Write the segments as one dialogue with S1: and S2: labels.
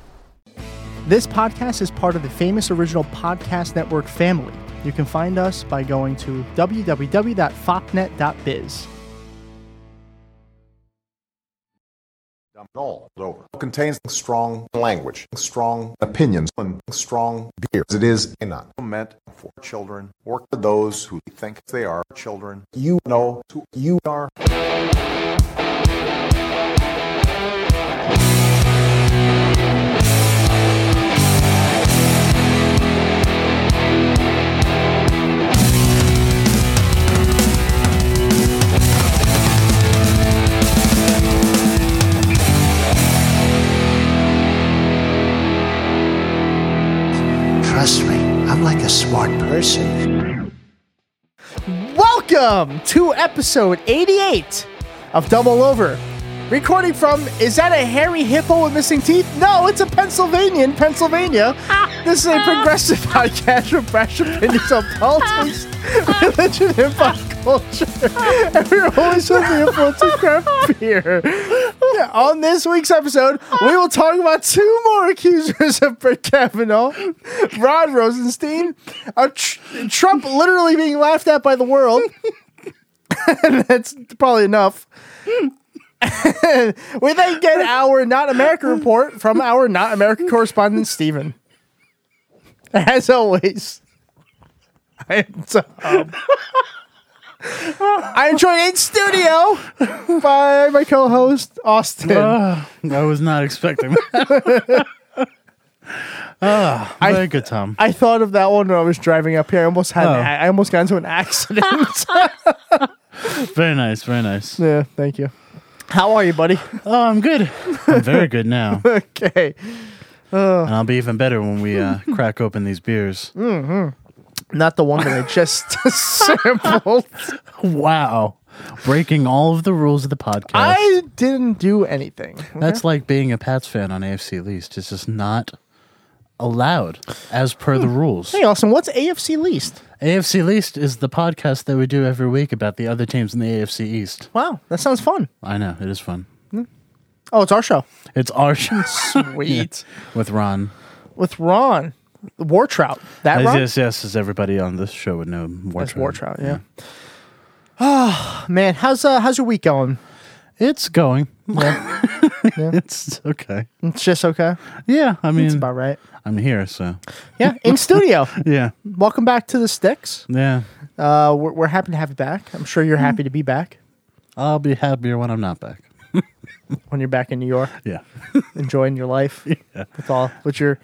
S1: This podcast is part of the famous original podcast network family. You can find us by going to www.fopnet.biz.
S2: all over contains strong language, strong opinions, and strong beers. It is not meant for children or for those who think they are children. You know who you are.
S3: Trust me, I'm like a smart person.
S1: Welcome to episode 88 of Double Over. Recording from, is that a hairy hippo with missing teeth? No, it's a Pennsylvanian, Pennsylvania. This is a progressive podcast of fresh opinions on politics, religion, and pop culture. And we're always with the influence of craft beer. Yeah, On this week's episode, we will talk about two more accusers of Brett Kavanaugh, Rod Rosenstein, a tr- Trump literally being laughed at by the world. That's probably enough. we then get our Not America report from our Not America correspondent, Stephen. As always, I am Tom. I am joined in studio by my co host, Austin.
S4: I was not expecting that. Ah, very good, Tom.
S1: I thought of that one when I was driving up here. I almost had, an
S4: Oh.
S1: a- I almost got into an accident.
S4: Very nice, very nice.
S1: yeah, thank you. How are you, buddy?
S4: Oh, I'm good. I'm very good now, and
S1: Okay.
S4: I'll be even better when we uh, crack open these beers.
S1: Not the one that I just sampled.
S4: Wow, breaking all of the rules of the podcast.
S1: I didn't do anything.
S4: That's like being a Pats fan on AFC least. It's just not allowed as per the rules.
S1: Hey, Austin, what's AFC least?
S4: AFC least is the podcast that we do every week about the other teams in the AFC East.
S1: Wow, that sounds fun.
S4: I know it is fun.
S1: Oh, it's our show.
S4: It's our show
S1: Sweet.
S4: with Ron.
S1: With Ron, War Trout. That
S4: Yes,
S1: Ron?
S4: yes, yes, as everybody on this show would know.
S1: That's War Trout, yeah. Oh, man. How's uh, how's your week going?
S4: It's going. it's okay.
S1: It's just okay.
S4: Yeah, I mean,
S1: It's about right.
S4: I'm here, so
S1: Yeah, in studio.
S4: yeah,
S1: Welcome back to the Sticks.
S4: yeah.
S1: Uh, we're, we're happy to have you back. I'm sure you're happy to be back
S4: I'll be happier when I'm not back.
S1: when you're back in New York,
S4: Yeah,
S1: enjoying your life with all with your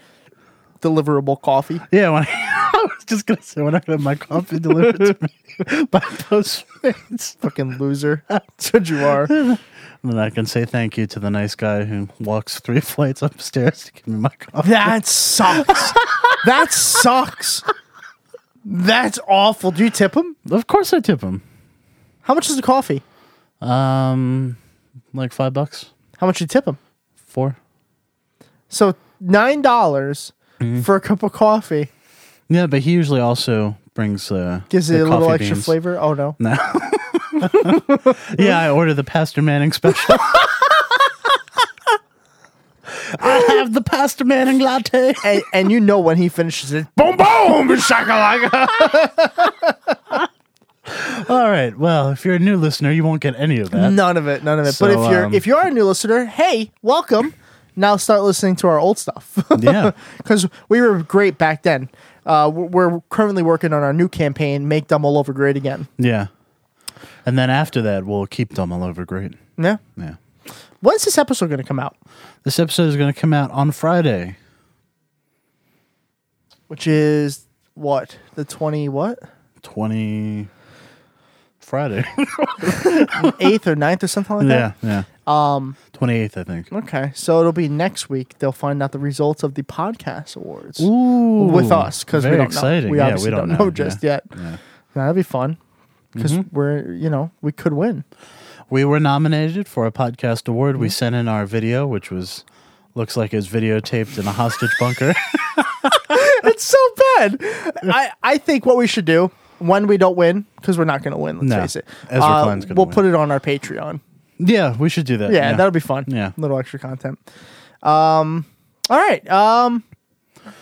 S1: deliverable coffee.
S4: yeah. When I, was just gonna say when I have my coffee delivered to me by Postmates,
S1: Fucking loser. That's what you are.
S4: and then I can say thank you to the nice guy who walks three flights upstairs to give me my coffee.
S1: That sucks. that sucks. That's awful. Do you tip him?
S4: Of course, I tip him.
S1: How much is the coffee?
S4: Um, like five bucks,
S1: How much do you tip him?
S4: four.
S1: So nine dollars
S4: Mm-hmm.
S1: for a cup of coffee
S4: Yeah, but he usually also brings uh,
S1: gives
S4: the
S1: it a little
S4: coffee
S1: extra
S4: beans.
S1: flavor. Oh no.
S4: Yeah, I ordered the Pastor Manning special. I have the Pastor Manning latte.
S1: And, and you know when he finishes it.
S4: Boom, boom, shakalaka. All right. Well, if you're a new listener, you won't get any of that.
S1: None of it, none of it. but
S4: So,
S1: if you're
S4: um,
S1: if you are a new listener, hey, welcome. Now start listening to our old stuff.
S4: Yeah.
S1: Because we were great back then. Uh, we're we're currently working on our new campaign, Make Dumb All Over Great Again.
S4: Yeah. And then after that, we'll keep them all over great.
S1: Yeah.
S4: Yeah.
S1: When's this episode going to come out?
S4: This episode is going to come out on Friday.
S1: which is what the 20 what
S4: 20 Friday.
S1: 8th or 9th or something like
S4: yeah.
S1: that
S4: Yeah.
S1: Um,
S4: Twenty eighth, I think.
S1: Okay, so it'll be next week. They'll find out the results of the podcast awards
S4: Ooh,
S1: with us because we
S4: very
S1: don't
S4: exciting.
S1: know. We
S4: yeah,
S1: obviously
S4: we don't, know,
S1: just
S4: yeah. Mm-hmm.
S1: yet. That'll be fun because we're you know we could win.
S4: We were nominated for a podcast award.
S1: Mm-hmm.
S4: We sent in our video, which was looks like it was videotaped in a hostage bunker.
S1: It's so bad. I I think what we should do when we don't win because we're not going to win. Let's
S4: No,
S1: face it. uh,
S4: Ezra Klein's gonna
S1: we'll
S4: win.
S1: put it on our Patreon.
S4: yeah, we should do that.
S1: Yeah, that'll be fun.
S4: Yeah.
S1: little extra content. Um, all right. Um,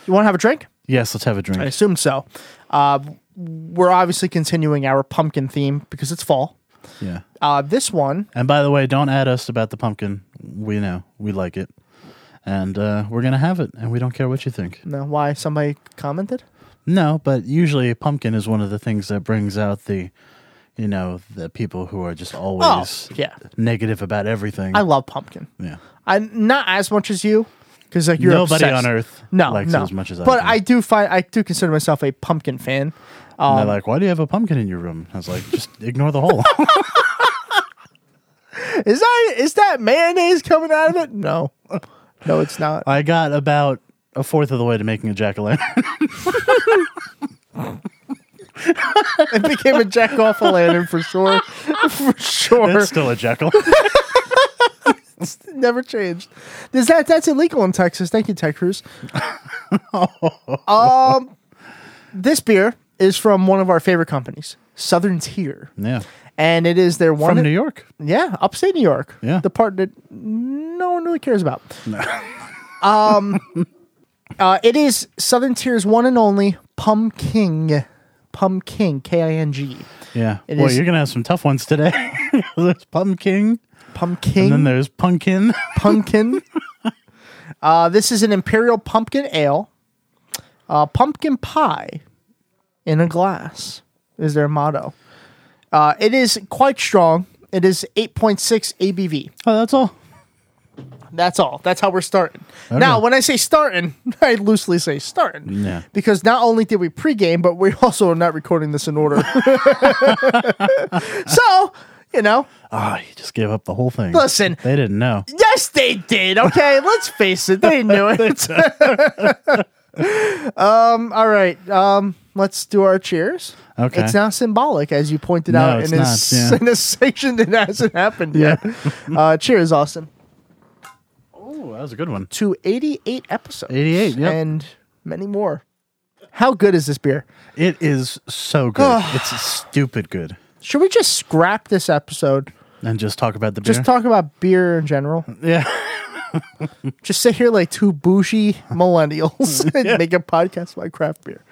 S1: you want to have a drink?
S4: yes. Let's have a drink.
S1: I assume so. Uh, we're obviously continuing our pumpkin theme because it's fall.
S4: Yeah.
S1: Uh, this one,
S4: And by the way, don't add us about the pumpkin. We know we like it, and uh, we're gonna have it, and we don't care what you think.
S1: no, why somebody commented?
S4: No, but usually a pumpkin is one of the things that brings out the, you know, the people who are just always
S1: Oh, yeah.
S4: negative about everything.
S1: I love pumpkin.
S4: yeah.
S1: I not as much as you because like you're
S4: Nobody
S1: obsessed.
S4: on earth
S1: no
S4: likes
S1: no
S4: it as much as I
S1: but
S4: do.
S1: I do find I do consider myself a pumpkin fan.
S4: And they're like, "Why do you have a pumpkin in your room?" I was like, "Just ignore the hole."
S1: Is that is that mayonnaise coming out of it? No, no, it's not.
S4: I got about a fourth of the way to making a jack o' lantern.
S1: It became a jack off a lantern for sure, for sure.
S4: it's still a jack o' lantern.
S1: never changed. Does that that's illegal in Texas? Thank you, Ted Cruz. um, this beer is from one of our favorite companies, Southern Tier,
S4: yeah,
S1: and it is their one
S4: from New York.
S1: Yeah, upstate New York.
S4: Yeah.
S1: the part that no one really cares about. um, uh, it is Southern Tier's one and only pumpkin, pumpkin, K I N G,
S4: Yeah.
S1: It
S4: Boy,
S1: is-
S4: you're gonna have some tough ones today. there's pumpkin, and then
S1: pumpkin,
S4: there's pumpkin.
S1: pumpkin. uh, this is an imperial pumpkin ale, uh, pumpkin pie in a glass is their motto. Uh, it is quite strong. It is 8.6 ABV.
S4: Oh, that's all.
S1: That's all. That's how we're starting. Now, when I say starting, I loosely say starting.
S4: Yeah.
S1: Because not only did we pregame, but we also are not recording this in order. so, you know,
S4: Ah, you just gave up the whole thing.
S1: Listen.
S4: they didn't know.
S1: yes, they did. Okay, let's face it, they knew it. um, all right. Um, let's do our cheers.
S4: Okay.
S1: It's now symbolic, as you pointed
S4: No,
S1: out
S4: it's
S1: in this,
S4: not, yeah.
S1: in this section that hasn't happened yet. uh, cheers, Austin.
S4: Oh, that was a good one.
S1: to 88 episodes.
S4: 88, yep.
S1: And many more. How good is this beer?
S4: It is so good. it's stupid good.
S1: Should we just scrap this episode?
S4: And just talk about the beer.
S1: Just talk about beer in general.
S4: yeah.
S1: Just sit here like two bougie millennials and make a podcast about craft beer.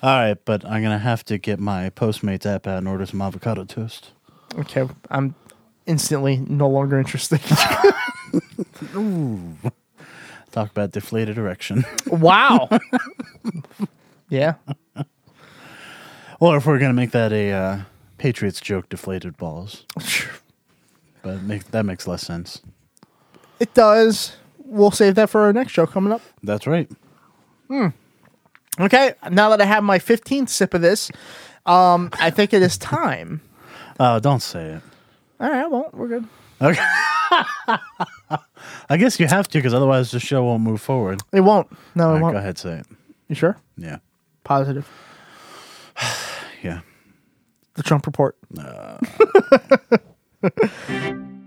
S4: All right, but I'm gonna have to get my Postmates app out and order some avocado toast.
S1: Okay, I'm instantly no longer interested.
S4: Talk about deflated erection.
S1: wow. yeah.
S4: Or if we're gonna make that a uh, Patriots joke, deflated balls. But it make, that makes less sense.
S1: It does. We'll save that for our next show coming up.
S4: That's right.
S1: Okay, now that I have my 15th sip of this, um, I think it is time.
S4: Oh, don't say it.
S1: All right, well, we're good.
S4: Okay. I guess you have to, because otherwise the show won't move forward.
S1: It won't. No,
S4: All
S1: it
S4: right,
S1: won't.
S4: go ahead, say it.
S1: You sure?
S4: Yeah,
S1: Positive.
S4: yeah.
S1: The Trump report.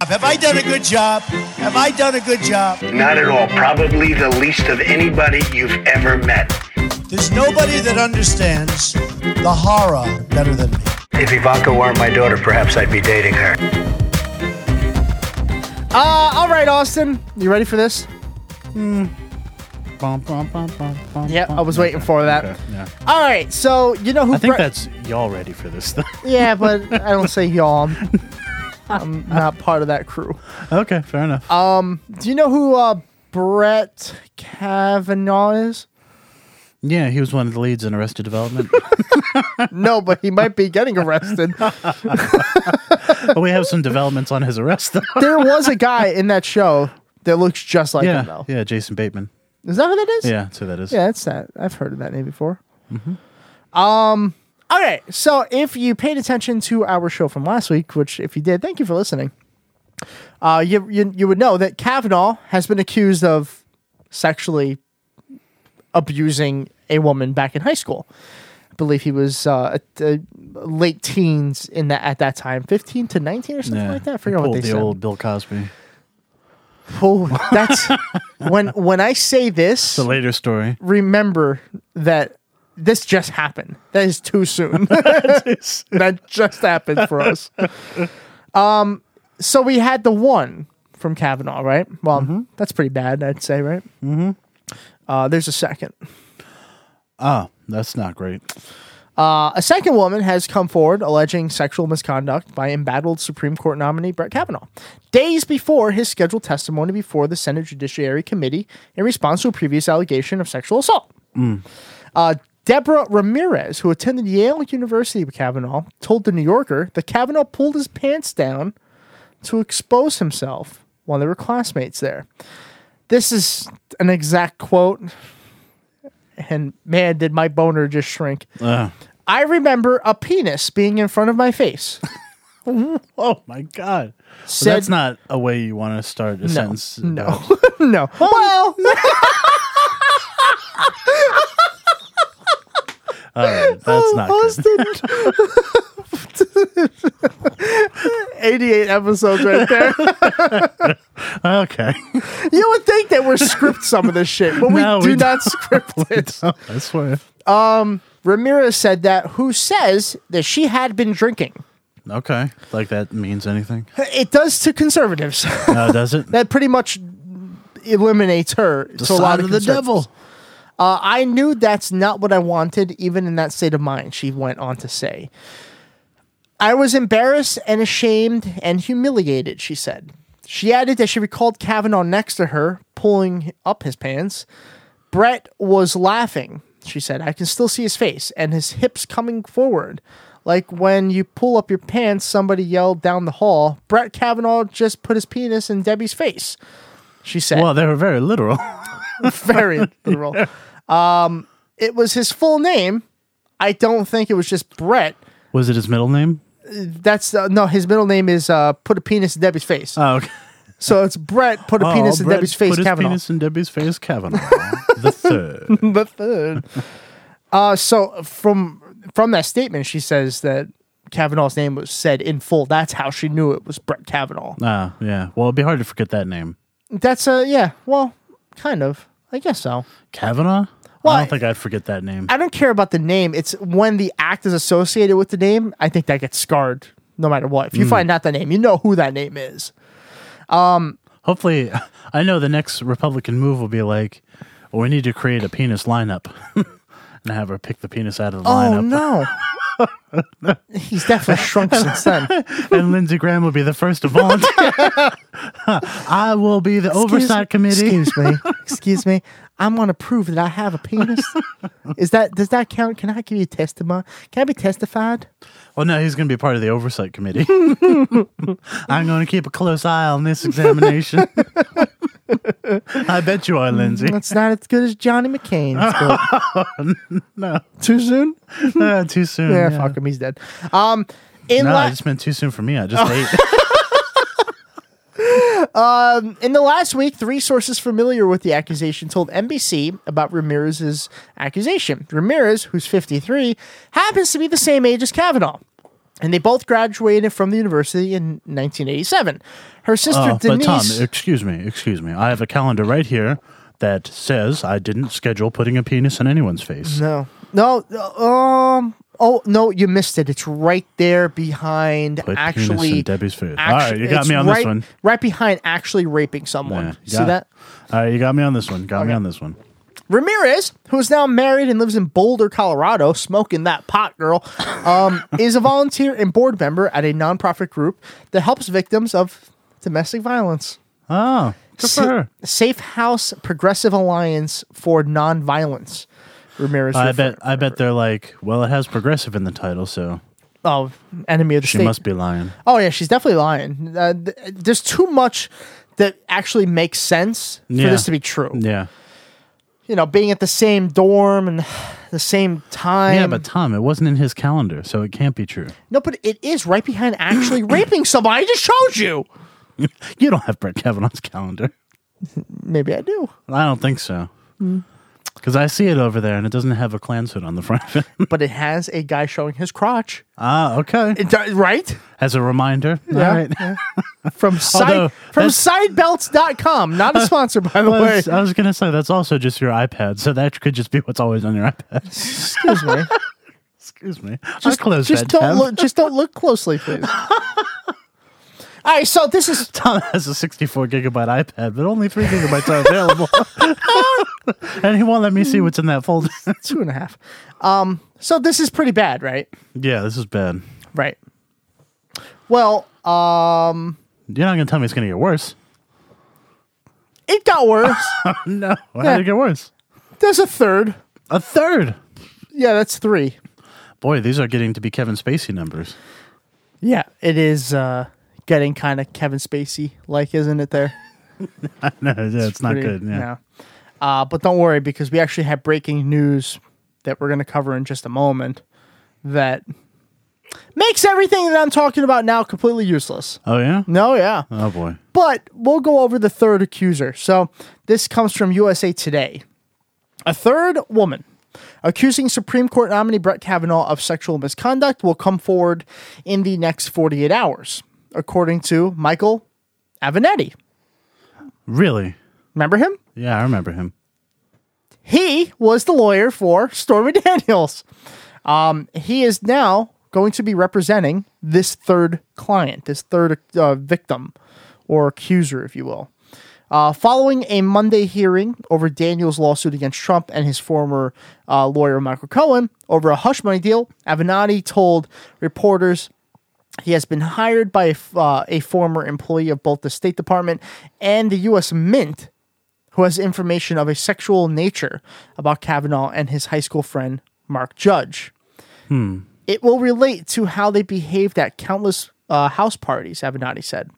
S5: Have I done a good job? Have I done a good job?
S6: Not at all. Probably the least of anybody you've ever met.
S5: There's nobody that understands the horror better than me.
S6: If Ivanka weren't my daughter, perhaps I'd be dating her.
S1: Uh, all right, Austin. You ready for this?
S4: Bum, bum, bum, bum, bum,
S1: Yep,
S4: bum.
S1: I was waiting for that.
S4: Okay, yeah.
S1: All right, so you know who?
S4: I think
S1: Bre-
S4: that's y'all ready for this thing.
S1: yeah, but I don't say y'all. I'm, I'm not part of that crew.
S4: okay, fair enough.
S1: Uh, Do you know who uh, Brett Kavanaugh is?
S4: yeah, he was one of the leads in Arrested Development.
S1: No, but he might be getting arrested.
S4: but Oh, we have some developments on his arrest. Though.
S1: there was a guy in that show that looks just like him,
S4: yeah,
S1: though.
S4: yeah, Jason Bateman.
S1: Is that who that is?
S4: Yeah, that's who that is.
S1: Yeah, that's that. I've heard of that name before.
S4: Mm-hmm.
S1: Um. All right. So if you paid attention to our show from last week, which if you did, thank you for listening. uh, you, you you would know that Kavanaugh has been accused of sexually abusing a woman back in high school. I believe he was uh, at the late teens in that at that time, fifteen to nineteen or something
S4: Yeah.
S1: like that. I
S4: He
S1: forget what
S4: pulled
S1: they
S4: the
S1: said.
S4: old Bill Cosby.
S1: Oh, that's when when I say this,
S4: The later story.
S1: remember that this just happened. That is too soon. that just happened for us. Um, so we had the one from Kavanaugh, right? Well, that's pretty bad, I'd say, right? Mm-hmm. Uh, there's a second.
S4: Oh, that's not great.
S1: A second woman has come forward alleging sexual misconduct by embattled Supreme Court nominee Brett Kavanaugh days before his scheduled testimony before the Senate Judiciary Committee in response to a previous allegation of sexual assault. Uh, Deborah Ramirez, who attended Yale University with Kavanaugh, told The New Yorker that Kavanaugh pulled his pants down to expose himself while there were classmates there. This is an exact quote. And man, did my boner just shrink.
S4: Uh,
S1: I remember a penis being in front of my face.
S4: oh my god. Well,
S1: Said-
S4: that's not a way you want to start a sentence.
S1: No, no. Well,
S4: All right, that's not good.
S1: hosted. 88 episodes right there.
S4: Okay.
S1: You would think that we're script some of this shit, but we
S4: No,
S1: do
S4: we
S1: not script it.
S4: I swear.
S1: Ramirez said that who says that she had been drinking.
S4: Okay. Like that means anything?
S1: It does to conservatives.
S4: No, does it?
S1: that pretty much eliminates her.
S4: the
S1: to a lot
S4: side of the
S1: conservatives.
S4: devil.
S1: Uh, I knew that's not what I wanted, even in that state of mind, she went on to say. I was embarrassed and ashamed and humiliated, she said. She added that she recalled Kavanaugh next to her, pulling up his pants. Brett was laughing, she said. I can still see his face and his hips coming forward. Like when you pull up your pants, somebody yelled down the hall, Brett Kavanaugh just put his penis in Debbie's face, she said
S4: Well, they were very literal.
S1: very literal. Um, it was his full name. I don't think it was just Brett.
S4: Was it his middle name?
S1: That's uh, no, his middle name is uh, put a penis in Debbie's face.
S4: Oh, okay.
S1: so it's Brett put a penis
S4: Oh,
S1: in
S4: Brett
S1: Debbie's face.
S4: Put his
S1: Kavanaugh.
S4: penis in Debbie's face, Kavanaugh. the third.
S1: the third. Uh, so from from that statement, she says that Kavanaugh's name was said in full. That's how she knew it was Brett Kavanaugh.
S4: Ah, yeah. Well, it'd be hard to forget that name.
S1: That's uh, yeah. Well, kind of. I guess so.
S4: Kavanaugh?
S1: Well,
S4: I
S1: I-
S4: don't think I'd forget that name.
S1: I don't care about the name. It's when the act is associated with the name, I think that gets scarred no matter what.
S4: Mm.
S1: If you find out the name, you know who that name is.
S4: Hopefully, I know the next Republican move will be like, well, we need to create a penis lineup and have her pick the penis out of the lineup.
S1: Oh, no. He's definitely shrunk since then.
S4: and Lindsey Graham will be the first to volunteer. I will be the oversight committee.
S1: Excuse me. Excuse me. I'm gonna prove that I have a penis. Is that does that count? Can I give you testimony? Can I be testified?
S4: Well, Oh, no, he's going to be part of the oversight committee. I'm going to keep a close eye on this examination. I bet you are, Lindsay.
S1: That's not as good as Johnny McCain's. But...
S4: No.
S1: Too soon?
S4: Ah, too soon.
S1: Yeah, fuck him. He's dead. Um, in Oh.
S4: No,
S1: la-
S4: I just meant too soon for me. I just ate.
S1: In the last week, three sources familiar with the accusation told NBC about Ramirez's accusation. Ramirez, who's 53, happens to be the same age as Kavanaugh, and they both graduated from the university in 1987. Her sister
S4: Oh, but
S1: Denise.
S4: Tom, excuse me, excuse me. I have a calendar right here that says I didn't schedule putting a penis in anyone's face.
S1: no, no, um. Oh no, you missed it. It's right there behind
S4: Put penis in
S1: actually
S4: Debbie's face.
S1: actu-
S4: All right, you got
S1: it's
S4: me on this
S1: right-
S4: one.
S1: Right behind actually raping someone.
S4: Yeah,
S1: See
S4: got-
S1: that?
S4: All right, you got me on this one. Got me on this one.
S1: Ramirez, who is now married and lives in Boulder, Colorado, smoking that pot, girl, um, is a volunteer and board member at a nonprofit group that helps victims of domestic violence.
S4: Oh, good for
S1: Sa-
S4: her.
S1: Safe House Progressive Alliance for Nonviolence. Ramirez.
S4: I
S1: refer-
S4: bet. I bet they're like, well, it has progressive in the title, so
S1: Oh, enemy of the
S4: she
S1: state.
S4: must be lying.
S1: Oh yeah, she's definitely lying. Uh, th- there's too much that actually makes sense for
S4: Yeah.
S1: this to be true.
S4: Yeah.
S1: You know, being at the same dorm and the same time.
S4: yeah, but Tom, it wasn't in his calendar, so it can't be true.
S1: No, but it is right behind actually raping somebody. I just showed you.
S4: you don't have Brett Kavanaugh's calendar.
S1: Maybe I do.
S4: I don't think so.
S1: Mm.
S4: Because I see it over there, and it doesn't have a Klan's hood on the front of it.
S1: But it has a guy showing his crotch.
S4: ah, okay.
S1: It do- right?
S4: As a reminder.
S1: Yeah,
S4: All right.
S1: From side
S4: Although,
S1: from
S4: that's-
S1: sidebelts.com. Not a sponsor, by the
S4: I
S1: way.
S4: was, I was gonna say that's also just your iPad, so that could just be what's always on your iPad.
S1: Excuse me.
S4: Excuse me. Just close
S1: just
S4: that
S1: don't
S4: tab.
S1: look just don't look closely, please. All right, so this is
S4: Tom has a 64 gigabyte iPad, but only three gigabytes are available. and he won't let me see what's in that folder.
S1: two and a half. Um, so this is pretty bad, right?
S4: yeah, this is bad.
S1: Right. Well, um,
S4: You're not gonna tell me it's gonna get worse.
S1: it got worse.
S4: No. How
S1: Yeah.
S4: did it get worse?
S1: There's a third.
S4: A third.
S1: Yeah, that's three.
S4: Boy, these are getting to be Kevin Spacey numbers.
S1: Yeah, it is uh, getting kind of Kevin Spacey like, isn't it? There,
S4: No, yeah, it's not
S1: Pretty-
S4: good. Yeah.
S1: no. Uh, but don't worry because we actually have breaking news that we're going to cover in just a moment that makes everything that I'm talking about now completely useless.
S4: Oh yeah.
S1: No, yeah.
S4: Oh boy.
S1: But we'll go over the third accuser. So this comes from USA Today. A third woman accusing Supreme Court nominee Brett Kavanaugh of sexual misconduct will come forward in the next 48 hours, according to Michael Avenetti.
S4: Really?
S1: Remember him?
S4: Yeah, I remember him.
S1: He was the lawyer for Stormy Daniels. Um, he is now going to be representing this third client, this third uh, victim or accuser, if you will. Uh, following a Monday hearing over Daniels' lawsuit against Trump and his former uh, lawyer Michael Cohen over a hush money deal, Avenatti told reporters he has been hired by a, f- uh, a former employee of both the State Department and the U.S. Mint who has information of a sexual nature about Kavanaugh and his high school friend, Mark Judge. It will relate to how they behaved at countless uh, house parties, Avenatti said.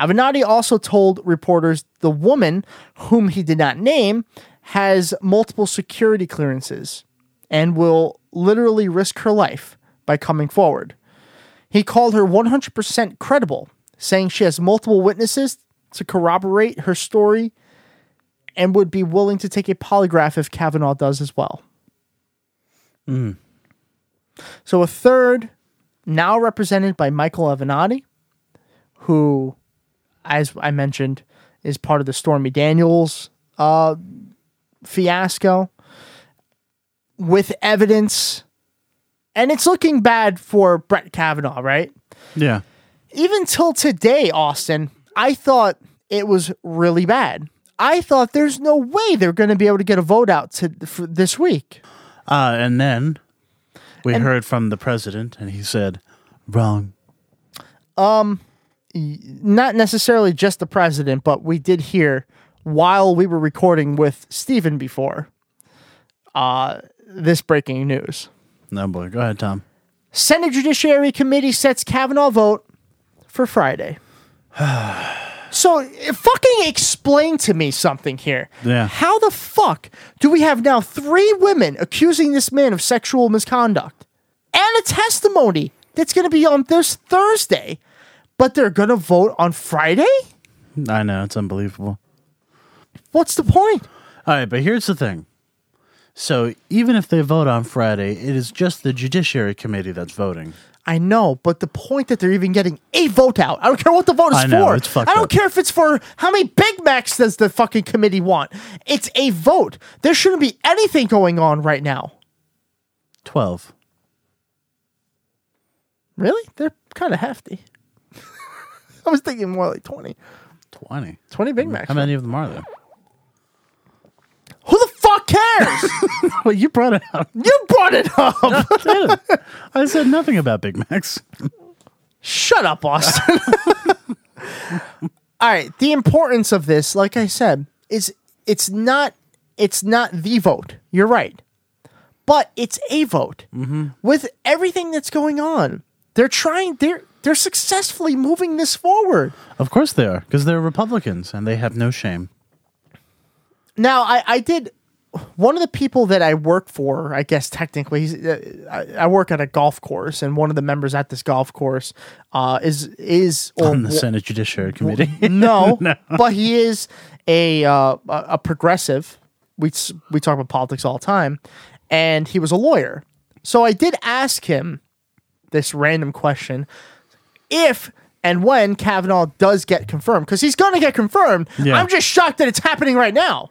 S1: Avenatti also told reporters the woman, whom he did not name, has multiple security clearances and will literally risk her life by coming forward. He called her 100% credible, saying she has multiple witnesses to corroborate her story and would be willing to take a polygraph if Kavanaugh does as well. So a third, now represented by Michael Avenatti, who, as I mentioned, is part of the Stormy Daniels uh, fiasco with evidence. And it's looking bad for Brett Kavanaugh, right?
S4: Yeah.
S1: even till today, Austin, I thought it was really bad. I thought there's no way they're going to be able to get a vote out to for this week.
S4: Uh, and then we heard from the president, and he said, "Wrong."
S1: Not necessarily just the president, but we did hear while we were recording with Stephen before uh, this breaking news.
S4: No boy. Go ahead, Tom.
S1: Senate Judiciary Committee sets Kavanaugh vote for Friday. so eh, fucking explain to me something here.
S4: Yeah.
S1: How the fuck do we have now three women accusing this man of sexual misconduct and a testimony that's going to be on this Thursday, but they're going to vote on Friday?
S4: I know it's unbelievable.
S1: What's the point?
S4: All right, but here's the thing. So even if they vote on Friday, it is just the Judiciary Committee that's voting.
S1: I know, but the point that they're even getting a vote out. I don't care what the vote is
S4: I know,
S1: for.
S4: it's fucked
S1: I don't
S4: up.
S1: care if it's for how many Big Macs does the fucking committee want. It's a vote. There shouldn't be anything going on right now.
S4: Twelve.
S1: Really? They're kind of hefty. I was thinking more like 20.
S4: Twenty.
S1: 20 Big Macs.
S4: How many of them are there?
S1: Who the fuck cares?
S4: Well, you brought it up.
S1: you brought it up.
S4: I said nothing about Big Macs.
S1: Shut up, Austin. All right, the importance of this, like I said, is it's not it's not the vote. You're right. But it's a vote.
S4: Mm-hmm.
S1: With everything that's going on, they're trying they're they're successfully moving this forward.
S4: Of course they are, because they're Republicans and they have no shame.
S1: Now, I I did one of the people that I work for, I guess technically, he's, uh, I, I work at a golf course, and one of the members at this golf course uh, is is or
S4: on the
S1: wa-
S4: Senate Judiciary Committee.
S1: no, but he is a uh, a a progressive. We s- we talk about politics all the time, and he was a lawyer. So I did ask him this random question: if and when Kavanaugh does get confirmed, because he's going to get confirmed.
S4: Yeah.
S1: I'm just shocked that it's happening right now.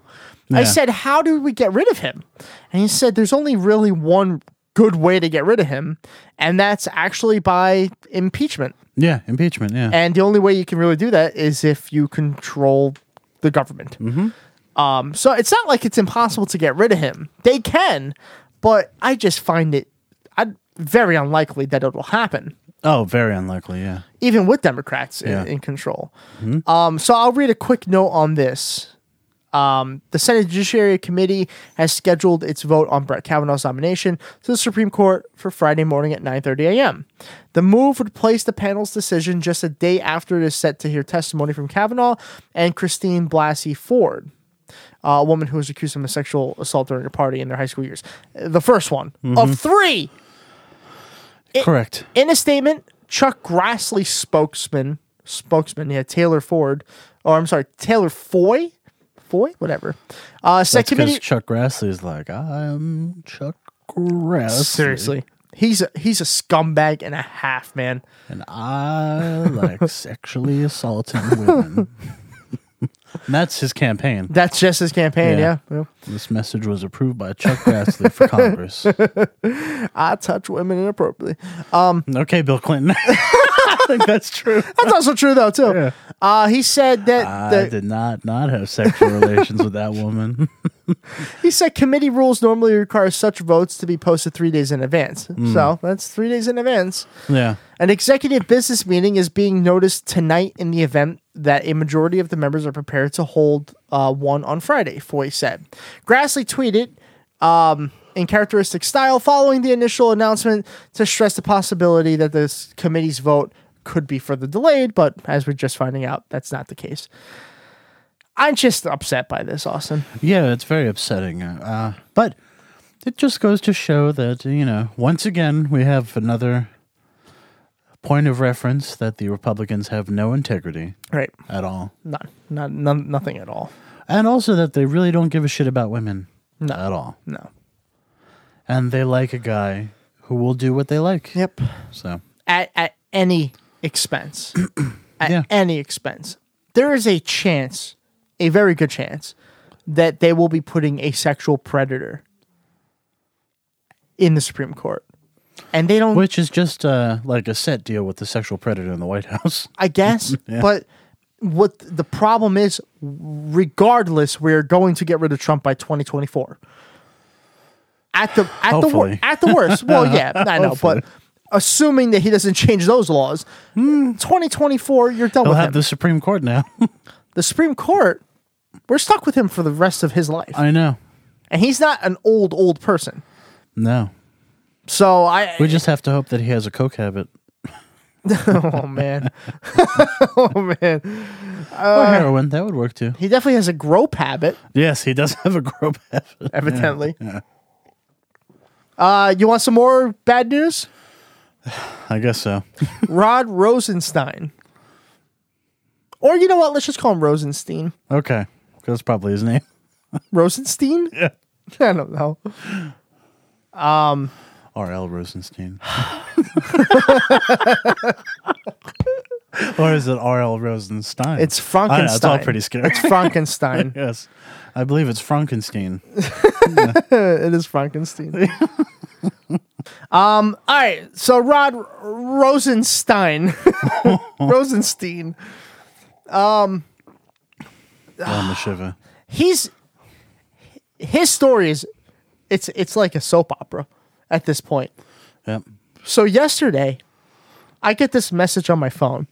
S1: I
S4: Yeah.
S1: said, "How do we get rid of him?" And he said, "There's only really one." Good way to get rid of him, and that's actually by impeachment.
S4: yeah, impeachment. Yeah.
S1: And the only way you can really do that is if you control the government. Um, so it's not like it's impossible to get rid of him. They can, but I just find it I, very unlikely that it will happen,
S4: oh, very unlikely. Yeah.
S1: even with Democrats
S4: Yeah.
S1: in, in control. Um, so I'll read a quick note on this. Um, the Senate Judiciary Committee has scheduled its vote on Brett Kavanaugh's nomination to the Supreme Court for Friday morning at 9:30 a.m. The move would place the panel's decision just a day after it is set to hear testimony from Kavanaugh and Christine Blasey Ford, a woman who was accused of a sexual assault during a party in their high school years. The first one of three.
S4: Correct.
S1: In a statement, Chuck Grassley spokesman spokesman, yeah, Taylor Ford, or I'm sorry, Taylor Foy, Foy, whatever. Uh, said
S4: That's because
S1: committee.
S4: Chuck Grassley's like, I'm Chuck Grassley.
S1: seriously, he's a, he's a scumbag and a half, man.
S4: And I like sexually assaulting women. And that's his campaign.
S1: That's just his campaign, yeah.
S4: Yeah.
S1: yeah.
S4: This message was approved by Chuck Grassley for Congress.
S1: I touch women inappropriately.
S4: Okay, Bill Clinton. I think that's true.
S1: That's also true though too. Uh, he said that
S4: I
S1: the,
S4: did not not have sexual relations with that woman.
S1: He said committee rules normally require such votes to be posted three days in advance.
S4: Hmm.
S1: So that's three days in advance.
S4: yeah.
S1: An executive business meeting is being noticed tonight in the event that a majority of the members are prepared to hold uh, one on Friday, Foy said. Grassley tweeted um, in characteristic style following the initial announcement to stress the possibility that this committee's vote could be further delayed, but as we're just finding out, that's not the case. I'm just upset by this, Austin.
S4: Yeah, it's very upsetting. Uh, but it just goes to show that, you know, once again, we have another point of reference that the Republicans have no integrity
S1: Right.
S4: at all.
S1: None. Not, none nothing at all.
S4: And also that they really don't give a shit about women
S1: No.
S4: at all.
S1: No.
S4: And they like a guy who will do what they like.
S1: Yep.
S4: So,
S1: At at any expense. at
S4: Yeah.
S1: any expense. There is a chance, a very good chance, that they will be putting a sexual predator in the Supreme Court. And they don't
S4: which is just uh, like a set deal with the sexual predator in the White House.
S1: I guess, but what the problem is regardless we're going to get rid of Trump by 2024. At the at the wor-
S4: Hopefully.
S1: at the worst. Well, yeah, I know,
S4: Hopefully.
S1: but assuming that he doesn't change those laws, 2024 you're done with
S4: They'll Hmm. have
S1: him.
S4: the Supreme Court now.
S1: the Supreme Court we're stuck with him for the rest of his life.
S4: I know.
S1: and he's not an old old person.
S4: No.
S1: So I
S4: We just have to hope that he has a coke habit
S1: oh man. oh man.
S4: or heroin. That would work too.
S1: He definitely has a grope habit.
S4: Yes, he does have a grope habit.
S1: evidently. Uh, you want some more bad news?
S4: I guess so.
S1: Rod Rosenstein. Or you know what? Let's just call him Rosenstein.
S4: Okay. That's probably his name.
S1: Rosenstein?
S4: Yeah.
S1: I don't know.
S4: R.L. Rosenstein. or is it R.L. Rosenstein?
S1: It's
S4: I know, it's all
S1: Frankenstein.
S4: pretty scary.
S1: It's Frankenstein.
S4: yes. I believe it's Frankenstein.
S1: it is Frankenstein. um. All right. So Rod Rosenstein, Rosenstein.
S4: Damn the shiver.
S1: he's his story is it's it's like a soap opera at this point.
S4: Yep.
S1: So yesterday, I get this message on my phone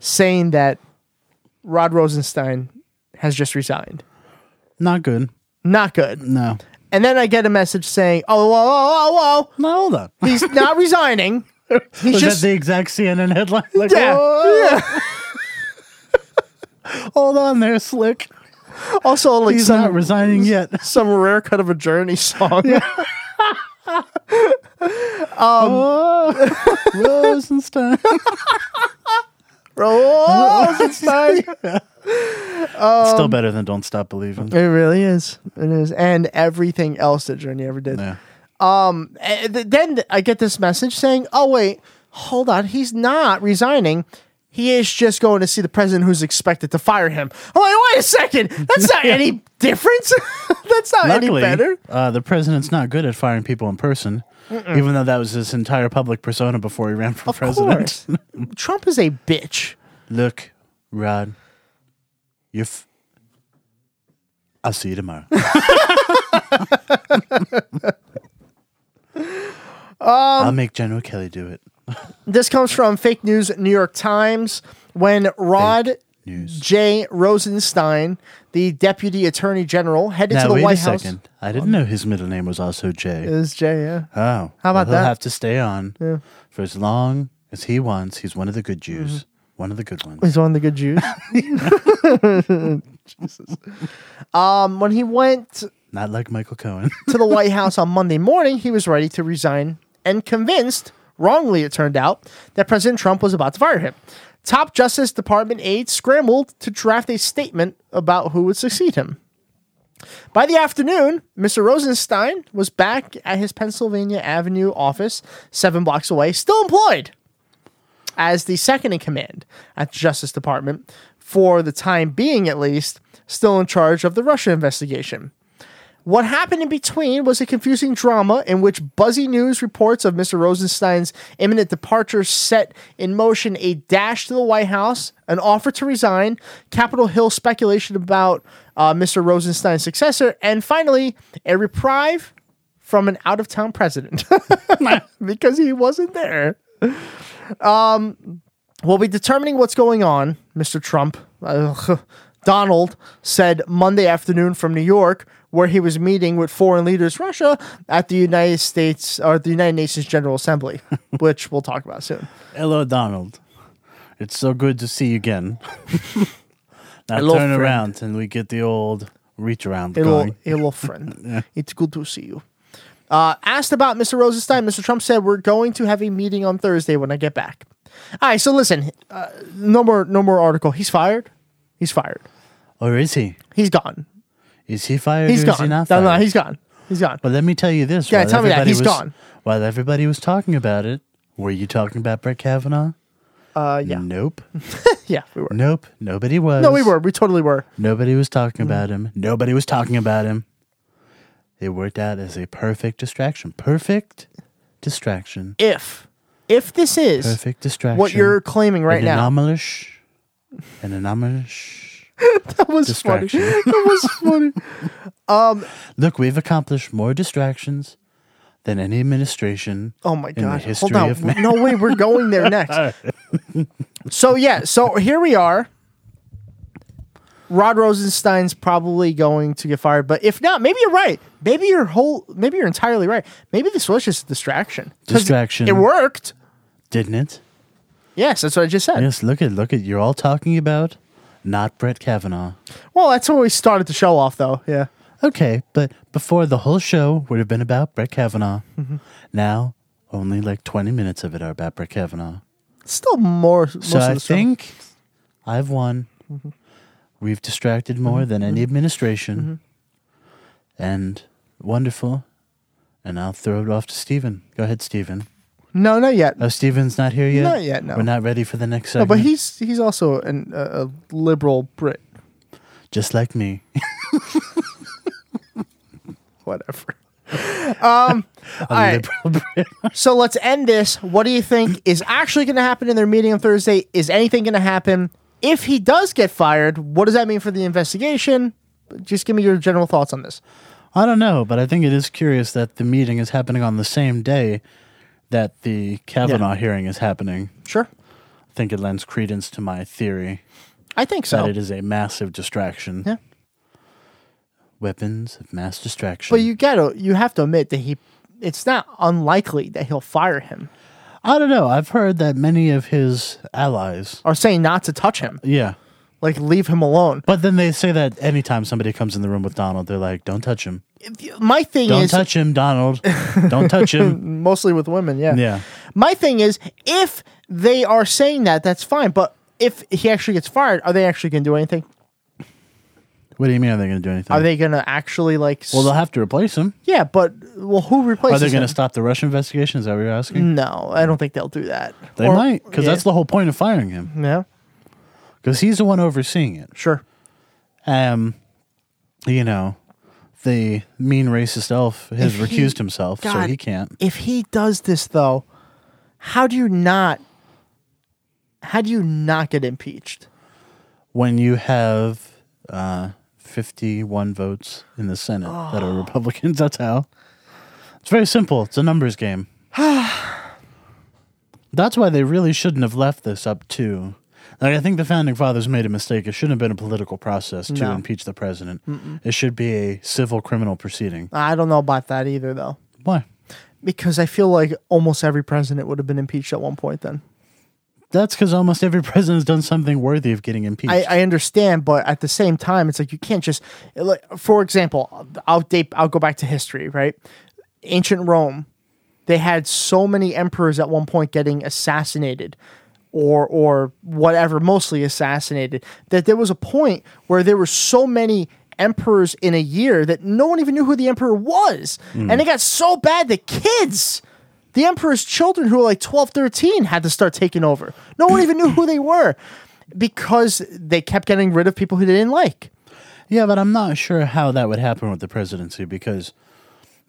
S1: saying that Rod Rosenstein has just resigned.
S4: Not good.
S1: Not good.
S4: No.
S1: And then I get a message saying, "Oh, whoa, whoa, whoa,
S4: No, hold on.
S1: whoa! He's not resigning. He's
S4: Was
S1: just
S4: that the exact CNN oh, headline? Like,
S1: yeah,
S4: oh,
S1: yeah.
S4: hold on there, slick.
S1: Also, like
S4: He's
S1: some,
S4: not resigning yet.
S1: Some rare cut of a Journey song.
S4: Rosenstein.
S1: oh, Rosenstein. Um,
S4: Still better than Don't Stop Believing.
S1: It really is. It is, and everything else that Journey ever did.
S4: Yeah.
S1: Uh, th- Then I get this message saying, "Oh wait, hold on, he's not resigning." He is just going to see the president who's expected to fire him. I'm like, wait a second. That's not any difference. That's not
S4: Luckily,
S1: any better.
S4: Uh, the president's not good at firing people in person, even though that was his entire public persona before he ran for
S1: Of
S4: president.
S1: course. Trump is a bitch.
S4: Look, Rod, you f- I'll see you tomorrow.
S1: Um,
S4: I'll make General Kelly do it.
S1: This comes from fake news New York Times when Rod
S4: news.
S1: J. Rosenstein, the deputy attorney general, headed
S4: Now,
S1: to the
S4: wait
S1: White
S4: a
S1: House.
S4: second. I didn't know his middle name was also Jay.
S1: Is Jay, yeah.
S4: oh. How
S1: about
S4: he'll
S1: that?
S4: have to stay on for as long as he wants. He's one of the good Jews.
S1: Mm-hmm.
S4: One of the good ones.
S1: He's one of the good Jews. Jesus. Um, when he went
S4: Not like Michael Cohen.
S1: to the White House on Monday morning, he was ready to resign and convinced, wrongly it turned out, that President Trump was about to fire him. Top Justice Department aides scrambled to draft a statement about who would succeed him. By the afternoon, Mr. Rosenstein was back at his Pennsylvania Avenue office, seven blocks away, still employed as the second in command at the Justice Department, for the time being at least, still in charge of the Russia investigation. What happened in between was a confusing drama in which buzzy news reports of Mr. Rosenstein's imminent departure set in motion a dash to the White House, an offer to resign, Capitol Hill speculation about uh, Mr. Rosenstein's successor, and finally, a reprieve from an out of town president because he wasn't there. We'll be determining what's going on, Mr. Trump. Ugh. Donald said Monday afternoon from New York, where he was meeting with foreign leaders, Russia, at the United States or the United Nations General Assembly, which we'll talk about soon.
S4: Hello, Donald. It's so good to see you again. now
S1: Hello,
S4: turn
S1: friend.
S4: around and we get the old reach around
S1: Hello,
S4: going.
S1: hello, friend. It's good to see you. Uh, asked about Mr. Rosenstein, Mr. Trump said, "We're going to have a meeting on Thursday when I get back." All right, so listen, uh, no more, no more article. He's fired. He's fired.
S4: Or Oh, is he?
S1: He's gone.
S4: Is he fired?
S1: He's
S4: or
S1: gone.
S4: Is he not
S1: no,
S4: fired?
S1: no, he's gone. He's gone.
S4: But let me tell you this.
S1: Yeah,
S4: while
S1: tell me that.
S4: everybody
S1: He's
S4: was-
S1: gone.
S4: While everybody was talking about it, were you talking about Brett Kavanaugh?
S1: Uh, yeah,
S4: Nope.
S1: yeah, we were.
S4: Nope. Nobody was.
S1: No, we were. Mm-hmm. We totally were.
S4: Nobody was talking about him. Nobody was talking about him. It worked out as a perfect distraction. Perfect distraction.
S1: If if this is
S4: Perfect distraction.
S1: what you're claiming right
S4: an
S1: now,
S4: Anomalous. An anomalous
S1: that was funny.
S4: distraction.
S1: That was funny.
S4: Look, we've accomplished more distractions than any administration.
S1: Oh my
S4: In the
S1: god!
S4: history
S1: Hold on.
S4: of man.
S1: No way. We're going there next. so yeah. So here we are. Rod Rosenstein's probably going to get fired, but if not, maybe you're right. Maybe your whole, maybe you're entirely right. Maybe this was just a distraction. 'Cause
S4: Distraction.
S1: It worked.
S4: Didn't it?
S1: Yes, that's what I just said.
S4: Yes, look at look at you're all talking about not Brett Kavanaugh.
S1: Well, that's when we started the show off, though. Yeah.
S4: Okay, but before the whole show would have been about Brett Kavanaugh.
S1: Mm-hmm.
S4: Now only like twenty minutes of it are about Brett Kavanaugh.
S1: Still more. Most
S4: So
S1: of the
S4: I
S1: Mm-hmm. show.
S4: think I've won. We've distracted more
S1: Mm-hmm.
S4: than any administration. And wonderful. And I'll throw it off to Steven. Go ahead, Steven.
S1: No, not yet.
S4: Oh, Steven's not here yet?
S1: Not yet, no.
S4: We're not ready for the next
S1: No,
S4: segment.
S1: but he's he's also an, a, a liberal Brit.
S4: Just like me.
S1: Whatever. Um,
S4: A
S1: right.
S4: liberal Brit.
S1: So let's end this. What do you think is actually going to happen in their meeting on Thursday? Is anything going to happen? If he does get fired, what does that mean for the investigation? Just give me your general thoughts on this.
S4: I don't know, but I think it is curious that the meeting is happening on the same day that the Kavanaugh hearing is happening.
S1: Sure.
S4: I think it lends credence to my theory
S1: I think
S4: that
S1: so.
S4: it is a massive distraction.
S1: Yeah.
S4: Weapons of mass distraction.
S1: But you gotta, you have to admit that he. It's not unlikely that he'll fire him
S4: I don't know. I've heard that many of his allies,
S1: or saying not to touch him.
S4: yeah,
S1: Like, leave him alone.
S4: But then they say that anytime somebody comes in the room with Donald, they're like, "Don't touch him!
S1: My thing
S4: Don't
S1: is
S4: touch him, Donald! Don't touch him!"
S1: mostly with women. Yeah.
S4: Yeah.
S1: My thing is, if they are saying that, that's fine. But if he actually gets fired, are they actually going to do anything?
S4: What do you mean? Are they going to do anything?
S1: Are they going to actually like? s-
S4: Well, they'll have to replace him.
S1: yeah, but well, who
S4: Are
S1: replaces?
S4: they going
S1: him?
S4: to stop the Russian investigation? Is that what you're asking?
S1: No, I don't think they'll do that.
S4: They
S1: Or-
S4: might, because
S1: yeah.
S4: that's the whole point of firing him,
S1: yeah.
S4: because he's the one overseeing it.
S1: Sure.
S4: Um, you know, the mean racist elf has
S1: If he-
S4: recused himself, so
S1: God.
S4: he can't.
S1: If he does this though, how do you not? How do you not get impeached?
S4: When you have uh, 51 votes in the Senate
S1: Ah.
S4: that are Republicans, that's how. It's very simple. It's a numbers game. that's why they really shouldn't have left this up to. Like, I think the founding fathers made a mistake. It shouldn't have been a political process to
S1: No.
S4: impeach the president. It should be a civil criminal proceeding.
S1: I don't know about that either though,
S4: Why?
S1: because I feel like almost every president would have been impeached at one point. Then
S4: That's because almost every president's done something worthy of getting impeached.
S1: I, I understand, but at the same time, it's like you can't just like for example, I'll date I'll go back to history, right? Ancient Rome, they had so many emperors at one point getting assassinated or or whatever, mostly assassinated, that there was a point where there were so many emperors in a year that no one even knew who the emperor was. And it got so bad that kids the emperor's children who were like 12 13 had to start taking over no one even knew who they were because they kept getting rid of people who they didn't like
S4: yeah, but I'm not sure how that would happen with the presidency because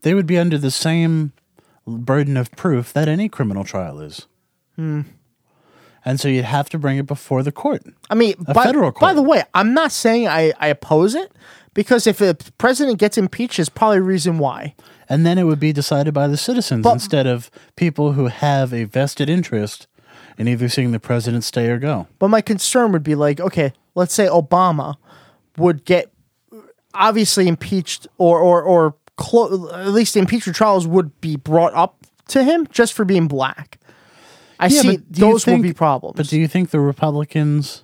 S4: they would be under the same burden of proof that any criminal trial is.
S1: Hmm.
S4: And so you'd have to bring it before the court.
S1: i mean
S4: A
S1: by,
S4: federal
S1: by
S4: court.
S1: the way i'm not saying I, I oppose it because if a president gets impeached there's probably a reason why
S4: And then it would be decided by the citizens
S1: But-
S4: instead of people who have a vested interest in either seeing the president stay or go.
S1: but my concern would be like okay let's say obama would get obviously impeached or or or clo- at least impeachment trials would be brought up to him just for being black i see
S4: do you
S1: those
S4: think-
S1: will be problems
S4: But do you think the Republicans,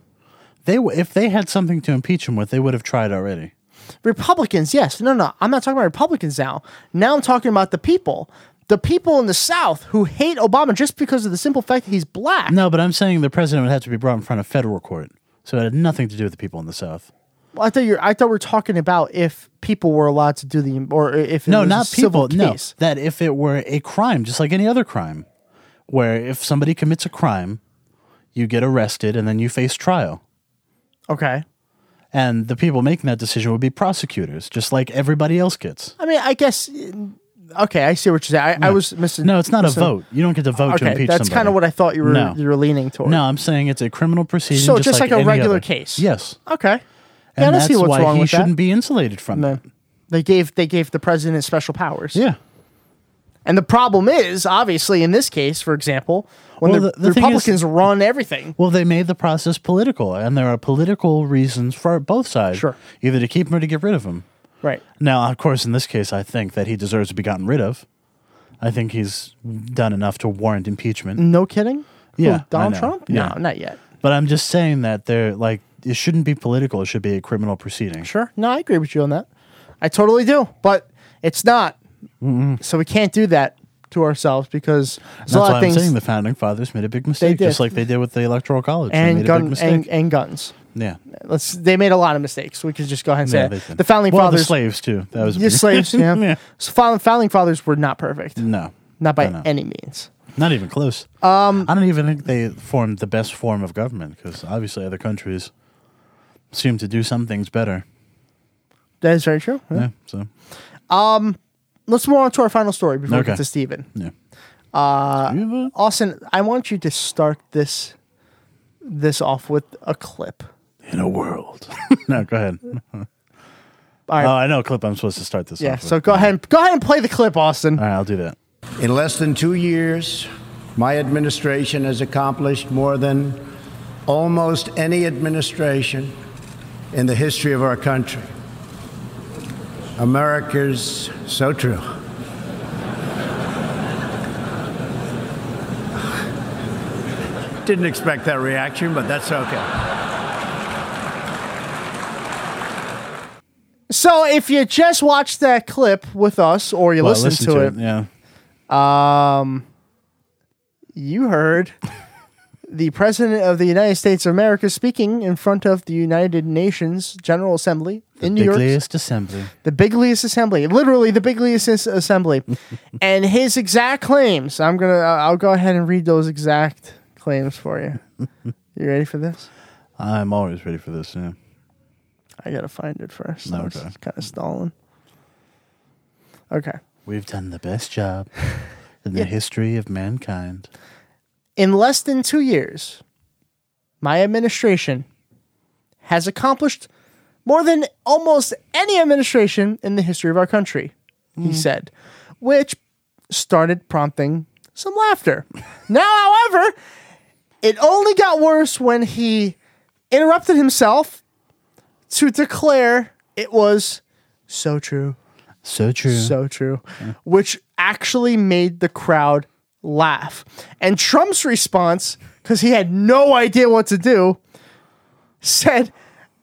S4: they w- if they had something to impeach him with, they would have tried already?
S1: Republicans, yes. No, no, I'm not talking about Republicans now. Now I'm talking about the people. The people in the South who hate Obama just because of the simple fact that he's black.
S4: No, but I'm saying the president would have to be brought in front of federal court. So it had nothing to do with the people in the South.
S1: Well, I thought you. I thought we are talking about if people were allowed to do the or if it
S4: No,
S1: was a
S4: not
S1: civil
S4: people. No,
S1: case.
S4: that if it were a crime, just like any other crime, where if somebody commits a crime, you get arrested and then you face trial.
S1: Okay.
S4: And the people making that decision would be prosecutors, just like everybody else gets.
S1: I mean, I guess. Okay, I see what you're saying. I, I was missing.
S4: No, it's not a
S1: missing-
S4: vote. You don't get to vote to
S1: Okay,
S4: impeach
S1: that's
S4: somebody.
S1: kind of what I thought you were
S4: No.
S1: you were leaning toward.
S4: No, I'm saying it's a criminal proceeding.
S1: So just like a
S4: any
S1: regular
S4: other.
S1: case.
S4: Yes.
S1: Okay.
S4: And
S1: Yeah, I don't
S4: that's
S1: see what's
S4: why
S1: wrong
S4: he
S1: with that.
S4: shouldn't be insulated from
S1: No.
S4: that.
S1: They gave they gave the president special powers.
S4: Yeah.
S1: And the problem is, obviously, in this case, for example, when
S4: Well,
S1: the,
S4: the- the thing is-
S1: Republicans run everything.
S4: Well, they made the process political, and there are political reasons for both sides.
S1: Sure.
S4: Either to keep him or to get rid of him.
S1: Right.
S4: Now, of course, in this case, I think that he deserves to be gotten rid of. I think he's done enough to warrant impeachment.
S1: No kidding? Who,
S4: Yeah, I
S1: Donald
S4: know.
S1: Trump?
S4: Yeah.
S1: No, not yet.
S4: But I'm just saying that they're like, it shouldn't be political. It should be a criminal proceeding.
S1: Sure. No, I agree with you on that. I totally do. But it's not. So we can't do that to ourselves because there's
S4: Mm-hmm. That's
S1: a lot
S4: why
S1: of
S4: I'm
S1: things.
S4: saying the founding fathers made a big mistake,
S1: did.
S4: just like they did with the Electoral College. they made
S1: and,
S4: a big
S1: gun,
S4: mistake.
S1: and, and guns.
S4: yeah.
S1: Let's, they made a lot of mistakes. We could just go ahead and
S4: Yeah,
S1: say
S4: they
S1: that.
S4: did.
S1: the founding
S4: well,
S1: fathers.
S4: the slaves too. That was
S1: Yes, slaves. Yeah.
S4: Yeah.
S1: So founding, founding fathers were not perfect.
S4: no,
S1: Not by
S4: No, no.
S1: any means.
S4: Not even close. Um, I don't even think they formed the best form of government because obviously other countries seem to do some things better.
S1: That is very true. Yeah.
S4: Yeah. So
S1: Let's move on to our final story before we
S4: Okay.
S1: get to Steven. Uh,
S4: yeah.
S1: Austin, I want you to start this this off with a clip.
S4: in a world. no, go ahead.
S1: All right.
S4: Oh, I know a clip. I'm supposed to start this.
S1: yeah.
S4: off with.
S1: So go ahead, and, go ahead and play the clip, Austin.
S4: All right, I'll do that.
S3: In less than two years, my administration has accomplished more than almost any administration in the history of our country. America's so true. Didn't expect that reaction, but that's okay.
S1: So if you just watched that clip with us, or you
S4: Well,
S1: listened
S4: listen
S1: to, it,
S4: Yeah.
S1: you heard the president of the United States of America speaking in front of the United Nations General Assembly in New York.
S4: Bigliest assembly.
S1: the bigliest assembly, literally the bigliest as- assembly, and his exact claims. I'm gonna, I- I'll go ahead and read those exact claims for you. You ready for this?
S4: I'm always ready for this. Yeah.
S1: I gotta find it first.
S4: No,
S1: No, okay.
S4: okay.
S1: kind of stalling. Okay.
S4: We've done the best job in the history of mankind.
S1: In less than two years, my administration has accomplished more than almost any administration in the history of our country, he said, which started prompting some laughter. now, however, it only got worse when he interrupted himself to declare it was so true.
S4: So true.
S1: So true. Which actually made the crowd laugh. And Trump's response, because he had no idea what to do, said,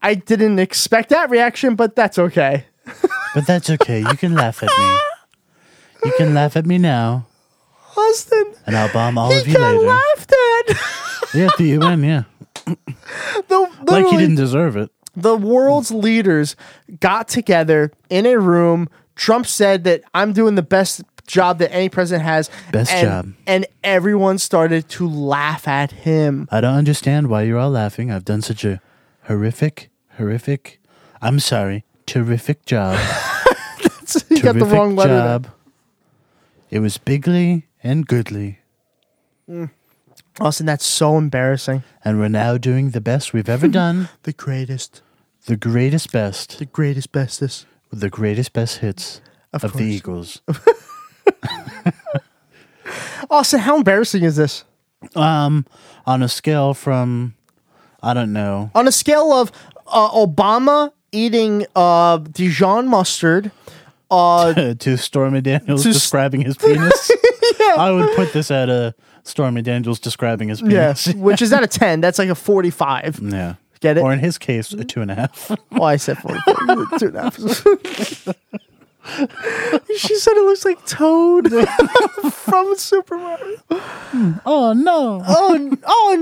S1: I didn't expect that reaction, but that's okay.
S4: but that's okay. You can laugh at me. You can laugh at me now,
S1: Austin,
S4: and I'll bomb all of
S1: he
S4: you
S1: got
S4: later.
S1: laughed at.
S4: Yeah, the UN. Yeah,
S1: the,
S4: like you
S1: literally-
S4: didn't deserve it.
S1: the world's leaders got together in a room. Trump said that I'm doing the best job that any president has.
S4: Best
S1: and,
S4: job.
S1: And everyone started to laugh at him.
S4: I don't understand why you're all laughing. I've done such a horrific, horrific. I'm sorry, terrific job.
S1: he got the
S4: terrific
S1: wrong letter. there.
S4: It was bigly and goodly,
S1: Austin, that's so embarrassing.
S4: and we're now doing the best we've ever done.
S1: The greatest,
S4: the greatest best,
S1: the greatest bestest.
S4: the greatest best hits
S1: Of
S4: of,
S1: course.
S4: the Eagles.
S1: Austin, how embarrassing is this?
S4: Um, on a scale from, I don't know,
S1: On a scale of uh, Obama eating uh, Dijon mustard, uh,
S4: to Stormy Daniels
S1: To s-
S4: describing his penis. I would put this at a Stormy Daniels describing his penis.
S1: yes, which is not a 10, that's like a 45.
S4: Yeah.
S1: Get it?
S4: Or in his case, a two and a half.
S1: Oh, I said 44. Two and a half. she said it looks like Toad from Super Mario.
S4: oh no.
S1: Oh, n- oh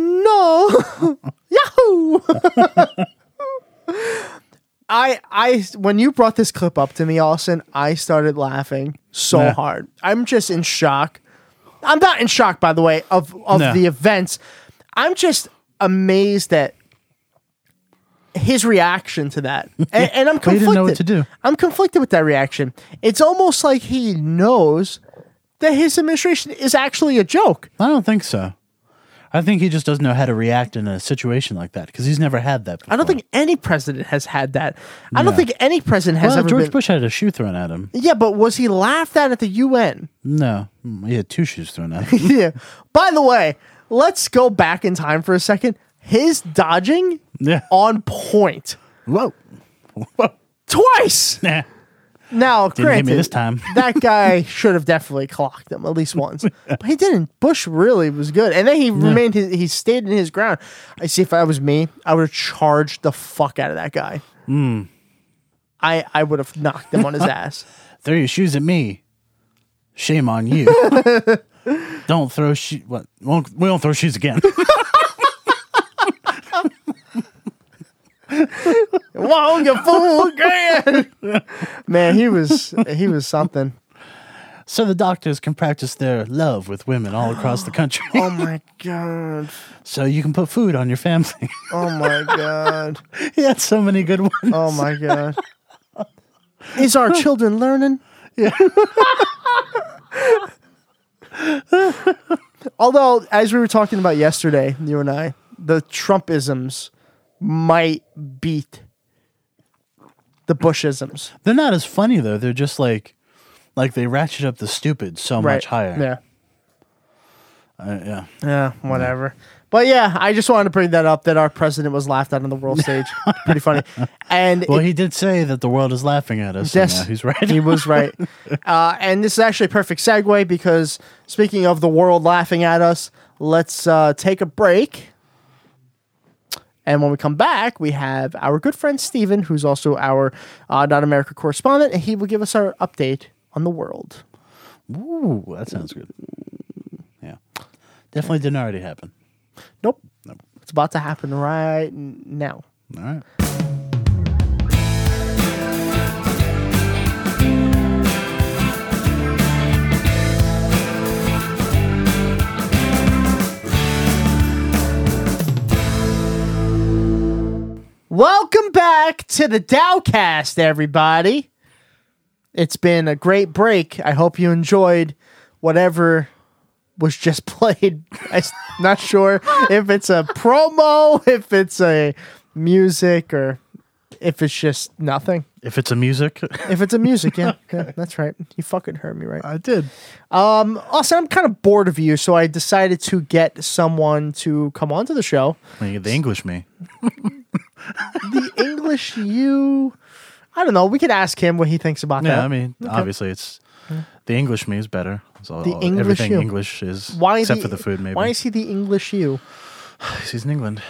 S1: no! Yahoo! I, I, when you brought this clip up to me, Austin, I started laughing so
S4: Yeah.
S1: hard. I'm just in shock. I'm not in shock, by the way, of of
S4: No.
S1: the events. I'm just amazed at his reaction to that, and, and I'm
S4: Well, he
S1: conflicted.
S4: didn't know what to do.
S1: I'm conflicted with that reaction. It's almost like he knows that his administration is actually a joke.
S4: I don't think so. I think he just doesn't know how to react in a situation like that because he's never had that. Before.
S1: I don't think any president has had that. I don't
S4: No.
S1: think any president has
S4: Well,
S1: ever
S4: George
S1: been.
S4: Bush had a shoe thrown at him.
S1: Yeah, but was he laughed at at the UN?
S4: No, Mm, he had two shoes thrown at him.
S1: yeah. By the way, let's go back in time for a second. His dodging
S4: Yeah.
S1: on point
S4: Whoa.
S1: twice.
S4: Nah.
S1: Now,
S4: Didn't hit me
S1: granted,
S4: this time.
S1: that guy should have definitely clocked him at least once, but he didn't. Bush really was good, and then he remained. His, he stayed in his ground. I see. If I was me, I would have charged the fuck out of that guy.
S4: Hmm.
S1: I I would have knocked him on his ass.
S4: Throw your shoes at me. Shame on you. don't throw shoes. What? Won't, we won't throw shoes again.
S1: Wong, you fool, grand. Man, he was he was something.
S4: so the doctors can practice their love with women all across the country.
S1: Oh my god.
S4: so you can put food on your family.
S1: Oh my god.
S4: he had so many good ones.
S1: Oh my god. Is our children learning? Yeah. Although, as we were talking about yesterday, you and I, the Trumpisms might beat the Bushisms.
S4: They're not as funny though. They're just like, like they ratchet up the stupid so much higher.
S1: Yeah.
S4: Uh, yeah.
S1: Yeah, whatever. But yeah, I just wanted to bring that up that our president was laughed at on the world stage. Pretty funny. And
S4: Well,
S1: it-
S4: he did say that the world is laughing at us. so
S1: Yes.
S4: now he's right.
S1: he was right. Uh, and this is actually a perfect segue because speaking of the world laughing at us, let's uh, take a break And when we come back, we have our good friend Steven, who's also our uh, Not America correspondent, and he will give us our update on the world.
S4: Ooh, that sounds good. Yeah. Definitely didn't already happen.
S1: Nope. It's about to happen right n- now.
S4: All right.
S1: Welcome back to the Dowcast, everybody. It's been a great break. I hope you enjoyed whatever was just played. I'm not sure if it's a promo, if it's a music, or if it's just nothing.
S4: If it's a music,
S1: If it's a music, yeah, yeah that's right. You fucking heard me right.
S4: I did.
S1: Also, I'm kind of bored of you, so I decided to get someone to come onto the show.
S4: Like the English me.
S1: The English you. I don't know. We could ask him what he thinks about
S4: Yeah,
S1: that.
S4: I mean, obviously it's the English me is better. So
S1: The English
S4: everything
S1: you.
S4: English is
S1: Why
S4: except
S1: the-
S4: for the food maybe.
S1: Why is he the English you?
S4: 'Cause he's in England.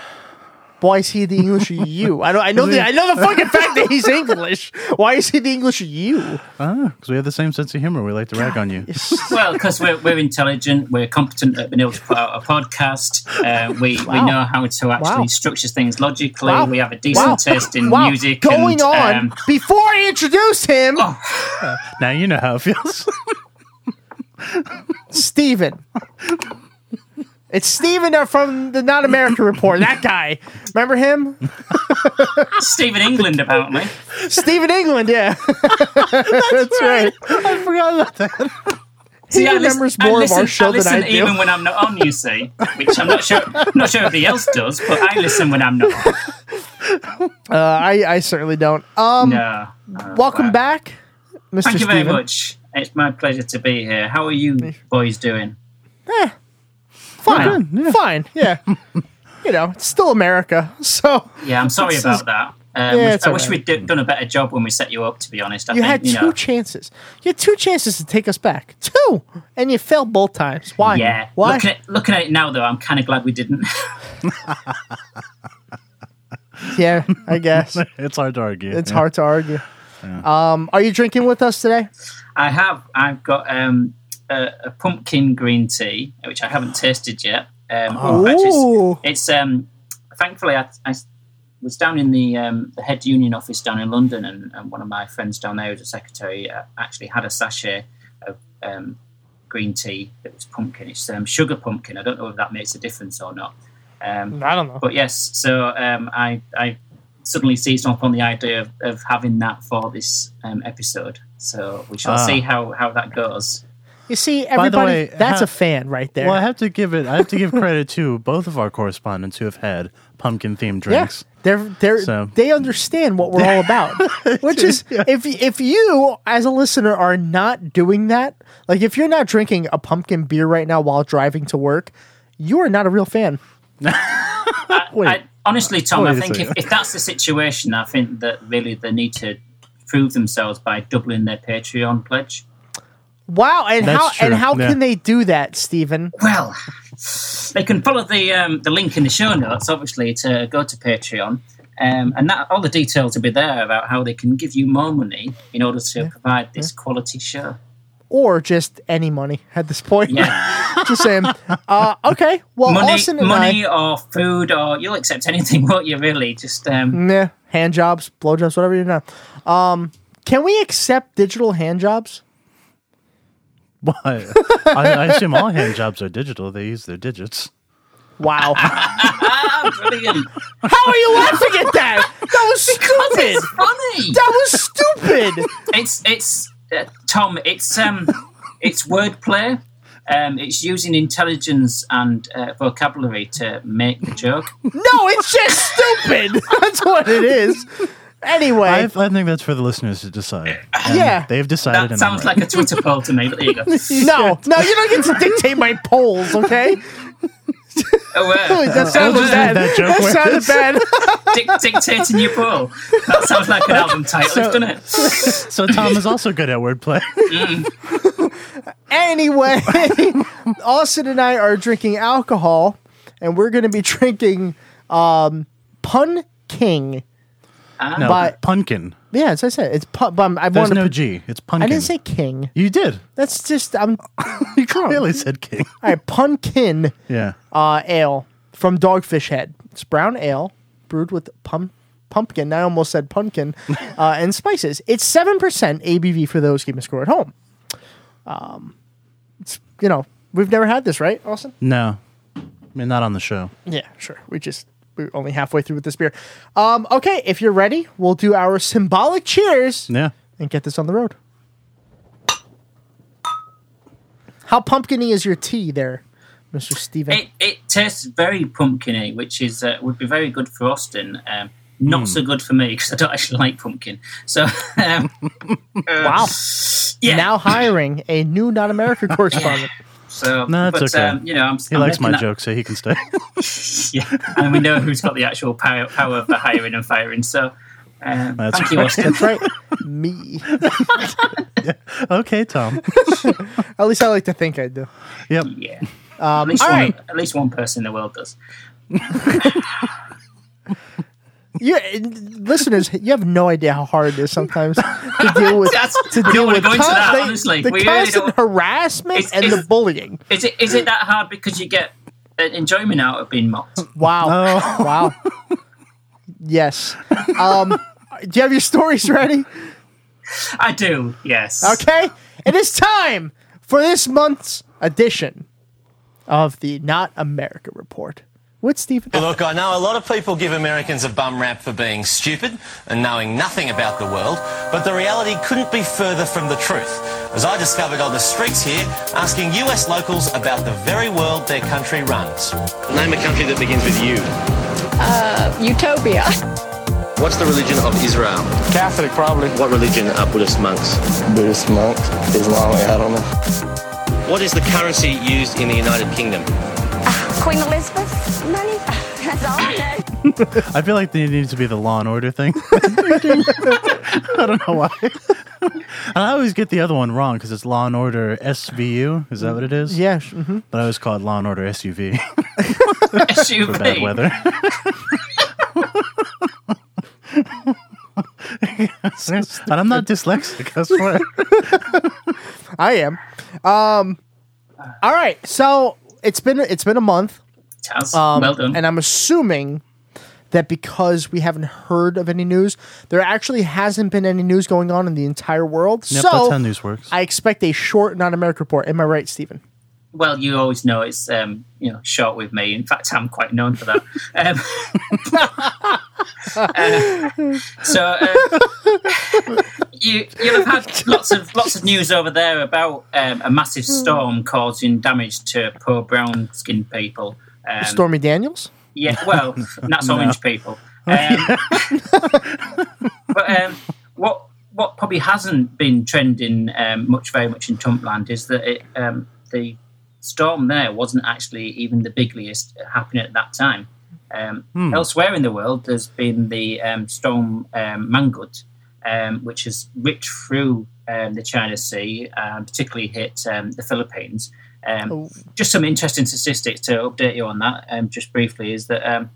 S1: Why is he the English you? I know. I know the. I know the fucking fact that he's English. Why is he the English you?
S4: Because we have the same sense of humor. We like to rag on you.
S7: Well, because we're, we're intelligent, we're competent at being able to put out a podcast. Uh, we we know how to actually
S1: Wow.
S7: structure things logically.
S1: Wow.
S7: We have a decent
S1: Wow.
S7: taste in
S1: wow,
S7: music.
S1: going
S7: and,
S1: on
S7: um, Oh.
S1: before I introduce him,
S4: Now you know how it feels.
S1: Steven. It's Steven from the Not America Report. That guy. Remember him?
S7: Stephen England, apparently.
S1: Stephen England, yeah. That's, right. I forgot about that. He
S7: I
S1: remembers
S7: I
S1: more of
S7: listen,
S1: our show
S7: I
S1: than
S7: listen
S1: I do.
S7: even when I'm not on, you see. Which I'm not sure. I'm not sure everybody else does, but I listen when I'm not. on.
S1: Uh, I, I certainly don't. Um,
S7: No. no,
S1: welcome
S7: wow.
S1: back, Mr.
S7: Thank you
S1: Steven.
S7: very much. It's my pleasure to be here. How are you boys doing?
S1: Fine, fine, yeah. you know, it's still America, so
S7: Yeah, I'm sorry
S1: This
S7: about
S1: is-
S7: that. Um,
S1: Yeah,
S7: we-
S1: it's
S7: I
S1: all
S7: wish
S1: right.
S7: we'd d- done a better job when we set you up. To be honest, I
S1: you
S7: think,
S1: had two
S7: you know,
S1: chances. You had two chances to take us back, two, and you failed both times. Why?
S7: Yeah.
S1: Why?
S7: Looking at, looking at it now, though, I'm kind of glad we didn't.
S1: yeah, I guess
S4: it's hard to argue.
S1: it's
S4: Yeah.
S1: hard to argue. Um, are you drinking with us today?
S7: I have. I've got um, a, a pumpkin green tea, which I haven't tasted yet. Um, which is-
S1: Oh. Ooh.
S7: it's um, thankfully I, I was down in the um, the head union office down in London, and, and one of my friends down there, who's a secretary, uh, actually had a sachet of um, green tea that was pumpkin. It's um, sugar pumpkin. I don't know if that makes a difference or not. Um,
S1: I don't know.
S7: But yes, so um, I, I suddenly seized upon the idea of, of having that for this um, episode. So we shall
S4: Ah.
S7: see how, how that goes.
S1: You see,
S4: the
S1: everybody,
S4: way,
S1: that's
S4: ha-
S1: a fan right there.
S4: Well, I have to give it. I have to give credit to both of our correspondents who have had pumpkin themed drinks.
S1: Yeah. They're they're
S4: So-
S1: they understand what we're all about, which is if if you as a listener are not doing that, like if you're not drinking a pumpkin beer right now while driving to work, you are not a real fan.
S4: Wait.
S7: I, honestly, Tom,
S4: Wait
S7: I
S4: a
S7: think if,
S4: second.
S7: if that's the situation, I think that really they need to prove themselves by doubling their Patreon pledge.
S1: Wow, and
S4: That's
S1: how and
S4: true,
S1: how
S4: yeah.
S1: can they do that, Stephen?
S7: Well, they can follow the um, the link in the show notes, obviously, to go to Patreon. Um, and that, all the details will be there about how they can give you more money in order to provide this quality show.
S1: Or just any money at this point.
S7: Yeah.
S1: just saying. Uh, okay, well,
S7: money,
S1: Austin and
S7: money or food or you'll accept anything, won't you? Really, just
S1: I,
S7: um,
S1: nah, hand jobs, blowjobs, whatever you're not. Um, can we accept digital hand jobs?
S4: Why? I, I assume all hand jobs are digital. They use their digits.
S1: Wow.
S7: ah, brilliant.
S1: How are you laughing at that? That was stupid.
S7: it's funny.
S1: That was stupid.
S7: It's it's uh, Tom. It's um, it's wordplay. Um, it's using intelligence and uh, vocabulary to make the joke.
S1: No, it's just stupid. That's what it is. Anyway,
S4: I, I think that's for the listeners to decide. And
S1: Yeah.
S4: they've decided.
S7: That
S4: and
S7: sounds like a Twitter poll to me. But there you go.
S1: no, no, you don't get to dictate my polls, okay?
S7: Oh, uh,
S1: That
S7: oh,
S1: sounded
S7: uh,
S1: bad.
S4: that joke
S1: That
S4: where-
S1: sounded bad.
S7: dic- dictating your poll. That sounds like an album title, doesn't it?
S4: so. Tom is also good at wordplay.
S1: Anyway, Austin and I are drinking alcohol, and we're going to be drinking um, Pun King.
S7: Uh-huh.
S4: No,
S1: By-
S4: pumpkin.
S1: yeah, as I said, it's pu- but I'm- I
S4: There's
S1: wanted
S4: no
S1: to-
S4: G. It's
S1: I
S4: pumpkin.
S1: didn't say king.
S4: You did.
S1: That's just I'm.
S4: you clearly said king.
S1: All right, pumpkin
S4: Yeah.
S1: uh, ale from Dogfish Head. It's brown ale brewed with pum- pumpkin. I almost said pumpkin uh, and spices. It's seven percent ABV for those keeping score at home. Um, it's you know we've never had this, right, Austin?
S4: No. I mean, not on the show.
S1: Yeah, sure. We just we're only halfway through with this beer. Um, okay, if you're ready, we'll do our symbolic cheers
S4: Yeah.
S1: and get this on the road. How pumpkiny is your tea there, Mister Steven?
S7: It, it tastes very pumpkiny, which is uh, would be very good for Austin. Um, not
S1: Hmm.
S7: so good for me because I don't actually like pumpkin. So um,
S1: Uh, wow. Now hiring a new non America correspondent.
S7: so
S4: No, that's
S7: but,
S4: okay.
S7: Um, you know, I'm,
S4: he
S7: I'm
S4: likes
S7: making
S4: my
S7: that-
S4: joke, so he can stay.
S7: yeah, and we know who's got the actual power, power for hiring and firing. So um,
S4: That's
S7: thank you,
S4: right.
S7: Austin.
S4: That's right.
S1: Me.
S4: okay, Tom.
S1: At least I like to think I do.
S4: Yep.
S7: Yeah.
S1: Um,
S7: at, least
S1: all
S7: one,
S1: right.
S7: at least one person in the world does.
S1: You, listeners, you have no idea how hard it is sometimes to deal with
S7: That's-
S1: to
S7: we don't
S1: deal
S7: wanna
S1: with
S7: go into
S1: con-
S7: that,
S1: the,
S7: honestly.
S1: the
S7: We really
S1: constant
S7: don't-
S1: harassment
S7: It's-
S1: and the
S7: it's-
S1: bullying.
S7: Is it is it that hard because you get uh, enjoyment out of being mocked?
S1: Wow!
S4: Oh.
S1: Wow! Yes. Um, do you have your stories ready?
S7: I do. Yes.
S1: Okay, it is time for this month's edition of the Not America Report with Stephen.
S8: Well, Look, I know a lot of people give Americans a bum rap for being stupid and knowing nothing about the world, but the reality couldn't be further from the truth, as I discovered on the streets here asking US locals about the very world their country runs. Name a country that begins with U.
S9: Uh, utopia.
S10: What's the religion of Israel? Catholic, probably. What religion are Buddhist monks? Buddhist monks, Islamic, I don't know. What is the currency used in the United Kingdom?
S9: Queen Elizabeth money. That's all I know.
S4: I feel like they need to be the Law and Order thing. I don't know why. and I always get the other one wrong because it's Law and Order SVU. Is that what it is?
S1: Yeah. sh- mhm.
S4: But I always call it Law and Order SUV.
S7: SUV.
S4: For bad weather. and I'm not dyslexic, I swear.
S1: I am. Um, all right. So it's been it's been a month.
S7: Taz, well done.
S1: Um, And I'm assuming that because we haven't heard of any news, there actually hasn't been any news going on in the entire world.
S4: Yep,
S1: so
S4: that's how news works.
S1: I expect a short non-America report. Am I right, Stephen?
S7: Well, you always know it's um, you know short with me. In fact, I'm quite known for that. Um, uh, so uh, you you'll have had lots of lots of news over there about um, a
S1: Hmm.
S7: massive storm causing damage to poor brown skinned people. Um,
S1: Stormy Daniels.
S7: Yeah, well, that's
S1: No.
S7: orange people. Um, but um, what what probably hasn't been trending um, much, very much in Trumpland is that it, um, the storm there wasn't actually even the biggest happening at that time. Um,
S11: Hmm.
S7: Elsewhere in the world, there's been the um, storm um, Mangud, um, which has ripped through um, the China Sea, um, particularly hit um, the Philippines. Um,
S1: Oh.
S7: Just some interesting statistics to update you on that, um, just briefly, is that um,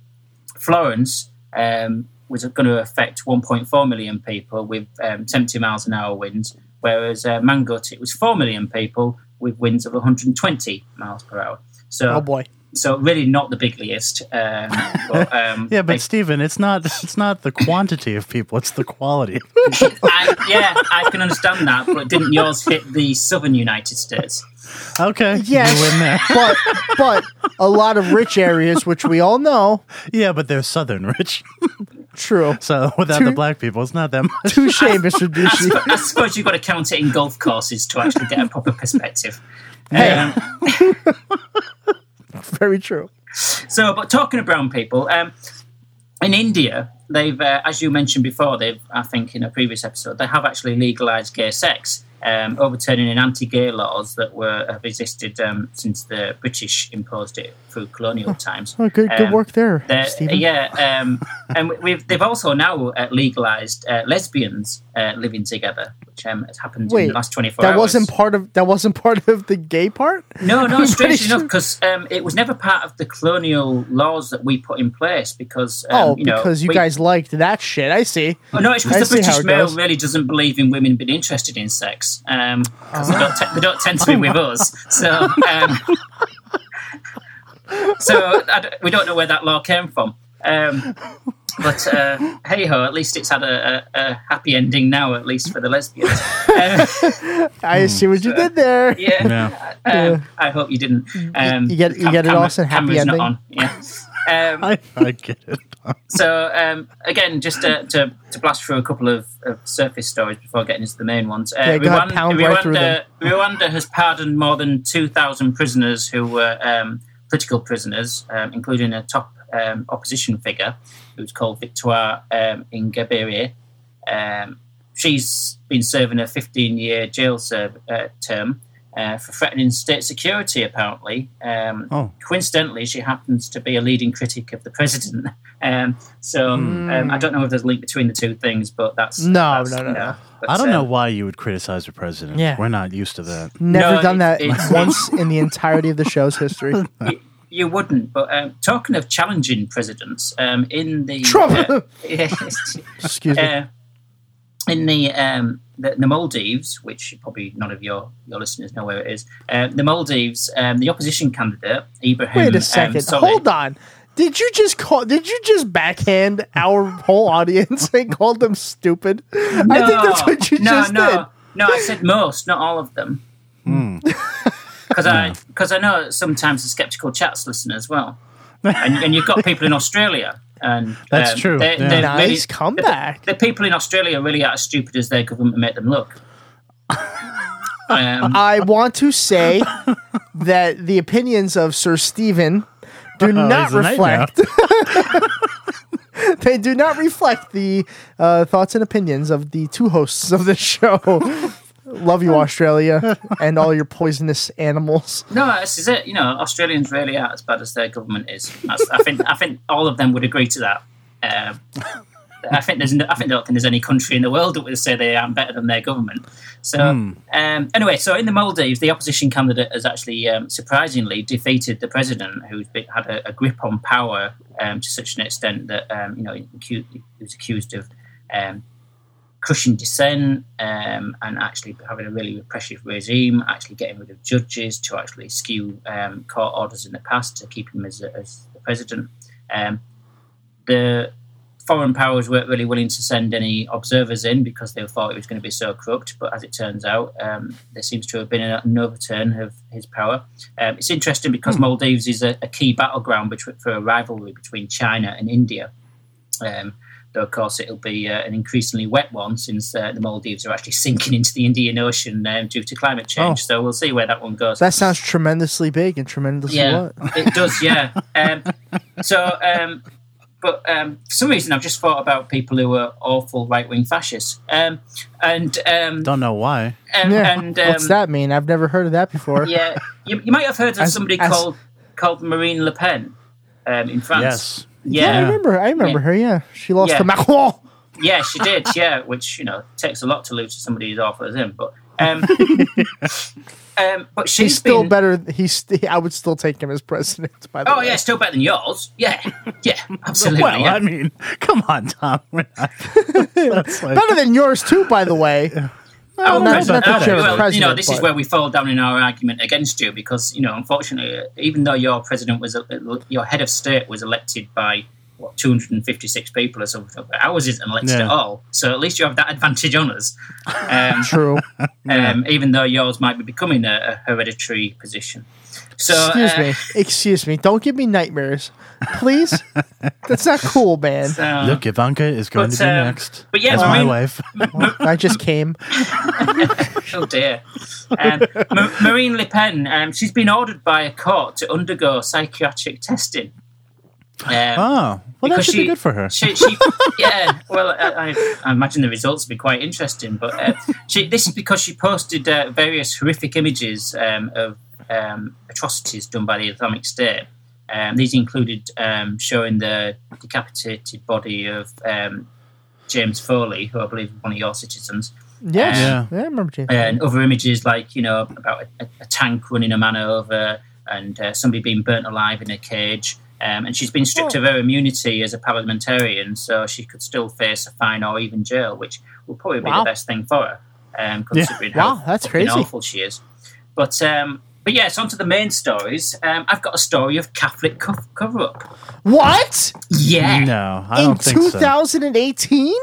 S7: Florence um, was going to affect 1.4 million people with um, 70 miles an hour winds, whereas uh, Mangut it was 4 million people with winds of 120 miles per hour. So,
S1: Oh, boy.
S7: So really not the bigliest. Um, but, um,
S4: yeah, but Stephen, it's not it's not the quantity of people, it's the quality.
S7: I, yeah, I can understand that, but didn't yours hit the southern United States?
S4: Okay.
S1: Yes, but but a lot of rich areas, which we all know.
S4: Yeah, but they're southern rich.
S1: True.
S4: So without the
S1: Tou-
S4: black people, it's not that much.
S1: Touche, Mr.
S7: I,
S1: Ducey.
S7: sp- I suppose you've got to count it in golf courses to actually get a proper perspective. Um,
S1: Very true.
S7: So, but talking of brown people, um, in India, they've, uh, as you mentioned before, they've, I think, in a previous episode, they have actually legalized gay sex, um, overturning an anti-gay laws that were have existed um, since the British imposed it through colonial times.
S1: Oh, good, good
S7: Um,
S1: work there,
S7: they're-
S1: Stephen.
S7: Yeah, um, and we've they've also now uh, legalized uh, lesbians uh, living together, which um, has happened in
S1: Wait,
S7: the last twenty four
S1: that
S7: hours.
S1: wasn't part of that wasn't part of the gay part.
S7: No, no,
S1: I'm
S7: strangely
S1: pretty
S7: enough, because um, it was never part of the colonial laws that we put in place. Because um,
S1: oh,
S7: you know,
S1: because you
S7: we-
S1: guys liked that shit. I see.
S7: Oh, no, it's
S1: I
S7: because
S1: see
S7: the
S1: how
S7: British
S1: it
S7: male
S1: goes.
S7: really doesn't believe in women being interested in sex. Um, 'cause
S1: Oh.
S7: they, don't te- they don't tend to be with us, so um, so I d- we don't know where that law came from. Um, but uh, hey ho, at least it's had a, a, a happy ending now, at least for the lesbians.
S1: I see what you did there.
S7: Yeah.
S1: Yeah.
S7: Um, I hope you didn't. Um,
S1: you get- you
S7: cam-
S1: get it
S7: camera-
S1: all said happy
S7: camera's
S1: ending.
S7: Not on. Yeah. Um,
S4: I, I get it.
S7: so um, again, just to, to, to blast through a couple of, of surface stories before getting into the main ones. Uh,
S1: Yeah, go ahead,
S7: Rwanda,
S1: pound
S7: Rwanda,
S1: right through them.
S7: Rwanda has pardoned more than two thousand prisoners who were um, political prisoners, um, including a top um, opposition figure who's called Victoire um, Ingabire. Um, she's been serving a 15-year jail serv- uh, term uh, for threatening state security. Apparently, um,
S4: Oh.
S7: coincidentally, she happens to be a leading critic of the president. Um, so um, I don't know if there's a link between the two things, but that's
S4: Hmm. No,
S7: that's-
S4: no, no, no.
S7: But,
S4: I don't
S7: um,
S4: know why you would criticize the president.
S1: Yeah.
S4: We're not used to that.
S1: Never
S7: No,
S1: done
S7: it-
S1: that
S7: it's-
S1: once in the entirety of the show's history.
S7: You wouldn't, but um, talking of challenging presidents, um, in the
S1: Trump!
S7: uh, excuse
S1: me.
S7: in the, um, the the Maldives, which probably none of your, your listeners know where it is, um, the Maldives, um, the opposition candidate Ibrahim.
S1: Wait a
S7: um,
S1: second.
S7: Solih-
S1: Hold on. Did you just call? Did you just backhand our whole audience and call them stupid? I think that's what you
S7: no,
S1: just
S7: no,
S1: did.
S7: No, I said most, not all of them.
S1: Hmm.
S7: Because I because I know sometimes the skeptical chats listen as well, and, and you've got people in Australia, and
S1: That's true,
S7: They,
S1: yeah.
S7: they're
S1: Nice
S7: really-
S1: comeback.
S7: The, the people in Australia really are as stupid as their government make them look. Um,
S1: I want to say that the opinions of Sir Stephen do not
S4: Oh, He's a nightmare.
S1: reflect. they do not reflect the uh, thoughts and opinions of the two hosts of this show. Love you, Australia, and all your poisonous animals.
S7: no, this is it. You know, Australians really are as bad as their government is. That's, I think I think all of them would agree to that. Um, I think there's no, I think don't think there's any country in the world that would say they aren't better than their government. So
S4: Hmm.
S7: um, anyway, so in the Maldives, the opposition candidate has actually um, surprisingly defeated the president, who's been, had a, a grip on power um, to such an extent that um, you know he, acu- he was accused of um, crushing dissent um, and actually having a really repressive regime, actually getting rid of judges to actually skew um, court orders in the past to keep him as, as the president. Um, the foreign powers weren't really willing to send any observers in because they thought it was going to be so corrupt. But as it turns out, um, there seems to have been an overturn of his power. Um, it's interesting because Maldives is a, a key battleground between, for a rivalry between China and India. Um, though, of course, it'll be uh, an increasingly wet one since uh, the Maldives are actually sinking into the Indian Ocean um, due to climate change.
S1: Oh.
S7: So we'll see where that one goes.
S1: That sounds tremendously big and tremendously
S7: Yeah,
S1: what?
S7: it does. Yeah. Um, so, um, but um, for some reason, I've just thought about people who are awful right wing fascists, um, and um,
S4: Don't know why.
S7: and,
S1: yeah.
S7: and um,
S1: What's that mean? I've never heard of that before.
S7: Yeah, you, you might have heard of
S1: As-
S7: somebody
S1: as-
S7: called called Marine Le Pen um, in France.
S4: Yes.
S1: Yeah, I
S7: Yeah.
S1: remember. I remember
S7: Yeah.
S1: her. Yeah, she lost
S7: Yeah.
S1: to Macron.
S7: yeah, she did. Yeah, which you know takes a lot to lose to somebody as awful as him. But um, um, but she's
S1: He's still
S7: been,
S1: better. He's. St- I would still take him as president. By the
S7: Oh
S1: way.
S7: yeah, still better than yours. Yeah, yeah, absolutely.
S4: well,
S7: yeah.
S4: I mean, come on, Tom. We're not- that's like-
S1: better than yours too. By the way.
S7: Oh,
S1: Well, not, not that you're
S7: well,
S1: president,
S7: you know, this is
S1: but-
S7: where we fall down in our argument against you because, you know, unfortunately, even though your president was, your head of state was elected by, what, 256 people or something, but ours isn't elected
S4: Yeah.
S7: at all. So at least you have that advantage on us. Um,
S1: True.
S7: Um, even though yours might be becoming a, a hereditary position. So,
S1: excuse
S7: uh,
S1: me. Excuse me. Don't give me nightmares, please. That's not cool, man.
S7: uh, so-
S4: Look, Ivanka is going
S7: But,
S4: to be
S7: um,
S4: next.
S7: but yeah,
S4: as
S7: I
S4: my
S7: mean-
S4: wife.
S1: I just came.
S7: oh dear. Um, Ma- Marine Le Pen, um, she's been ordered by a court to undergo psychiatric testing. Um,
S1: Ah.
S4: oh, well, that
S7: because
S4: should be
S7: she-
S4: good for her.
S7: she, she, yeah, well, I, I, I imagine the results would be quite interesting. But uh, she, this is because she posted uh, various horrific images um, of um, atrocities done by the Islamic State. Um, these included um, showing the decapitated body of um, James Foley, who I believe is one of your citizens.
S12: Yes.
S7: Um,
S12: Yeah. I remember James.
S7: and other images like you know about a, a tank running a man over and uh, somebody being burnt alive in a cage. Um, and she's been stripped
S12: Oh.
S7: of her immunity as a parliamentarian, so she could still face a fine or even jail, which will probably be
S12: Wow.
S7: the best thing for her, um,
S12: Yeah.
S7: considering
S12: Wow,
S7: how
S12: that's
S7: fucking
S12: crazy.
S7: awful she is. But um, but yes, onto the main stories. Um, I've got a story of Catholic co- cover up.
S12: What?
S7: Yeah.
S4: No,
S7: I
S12: In
S7: don't think so.
S12: 2018?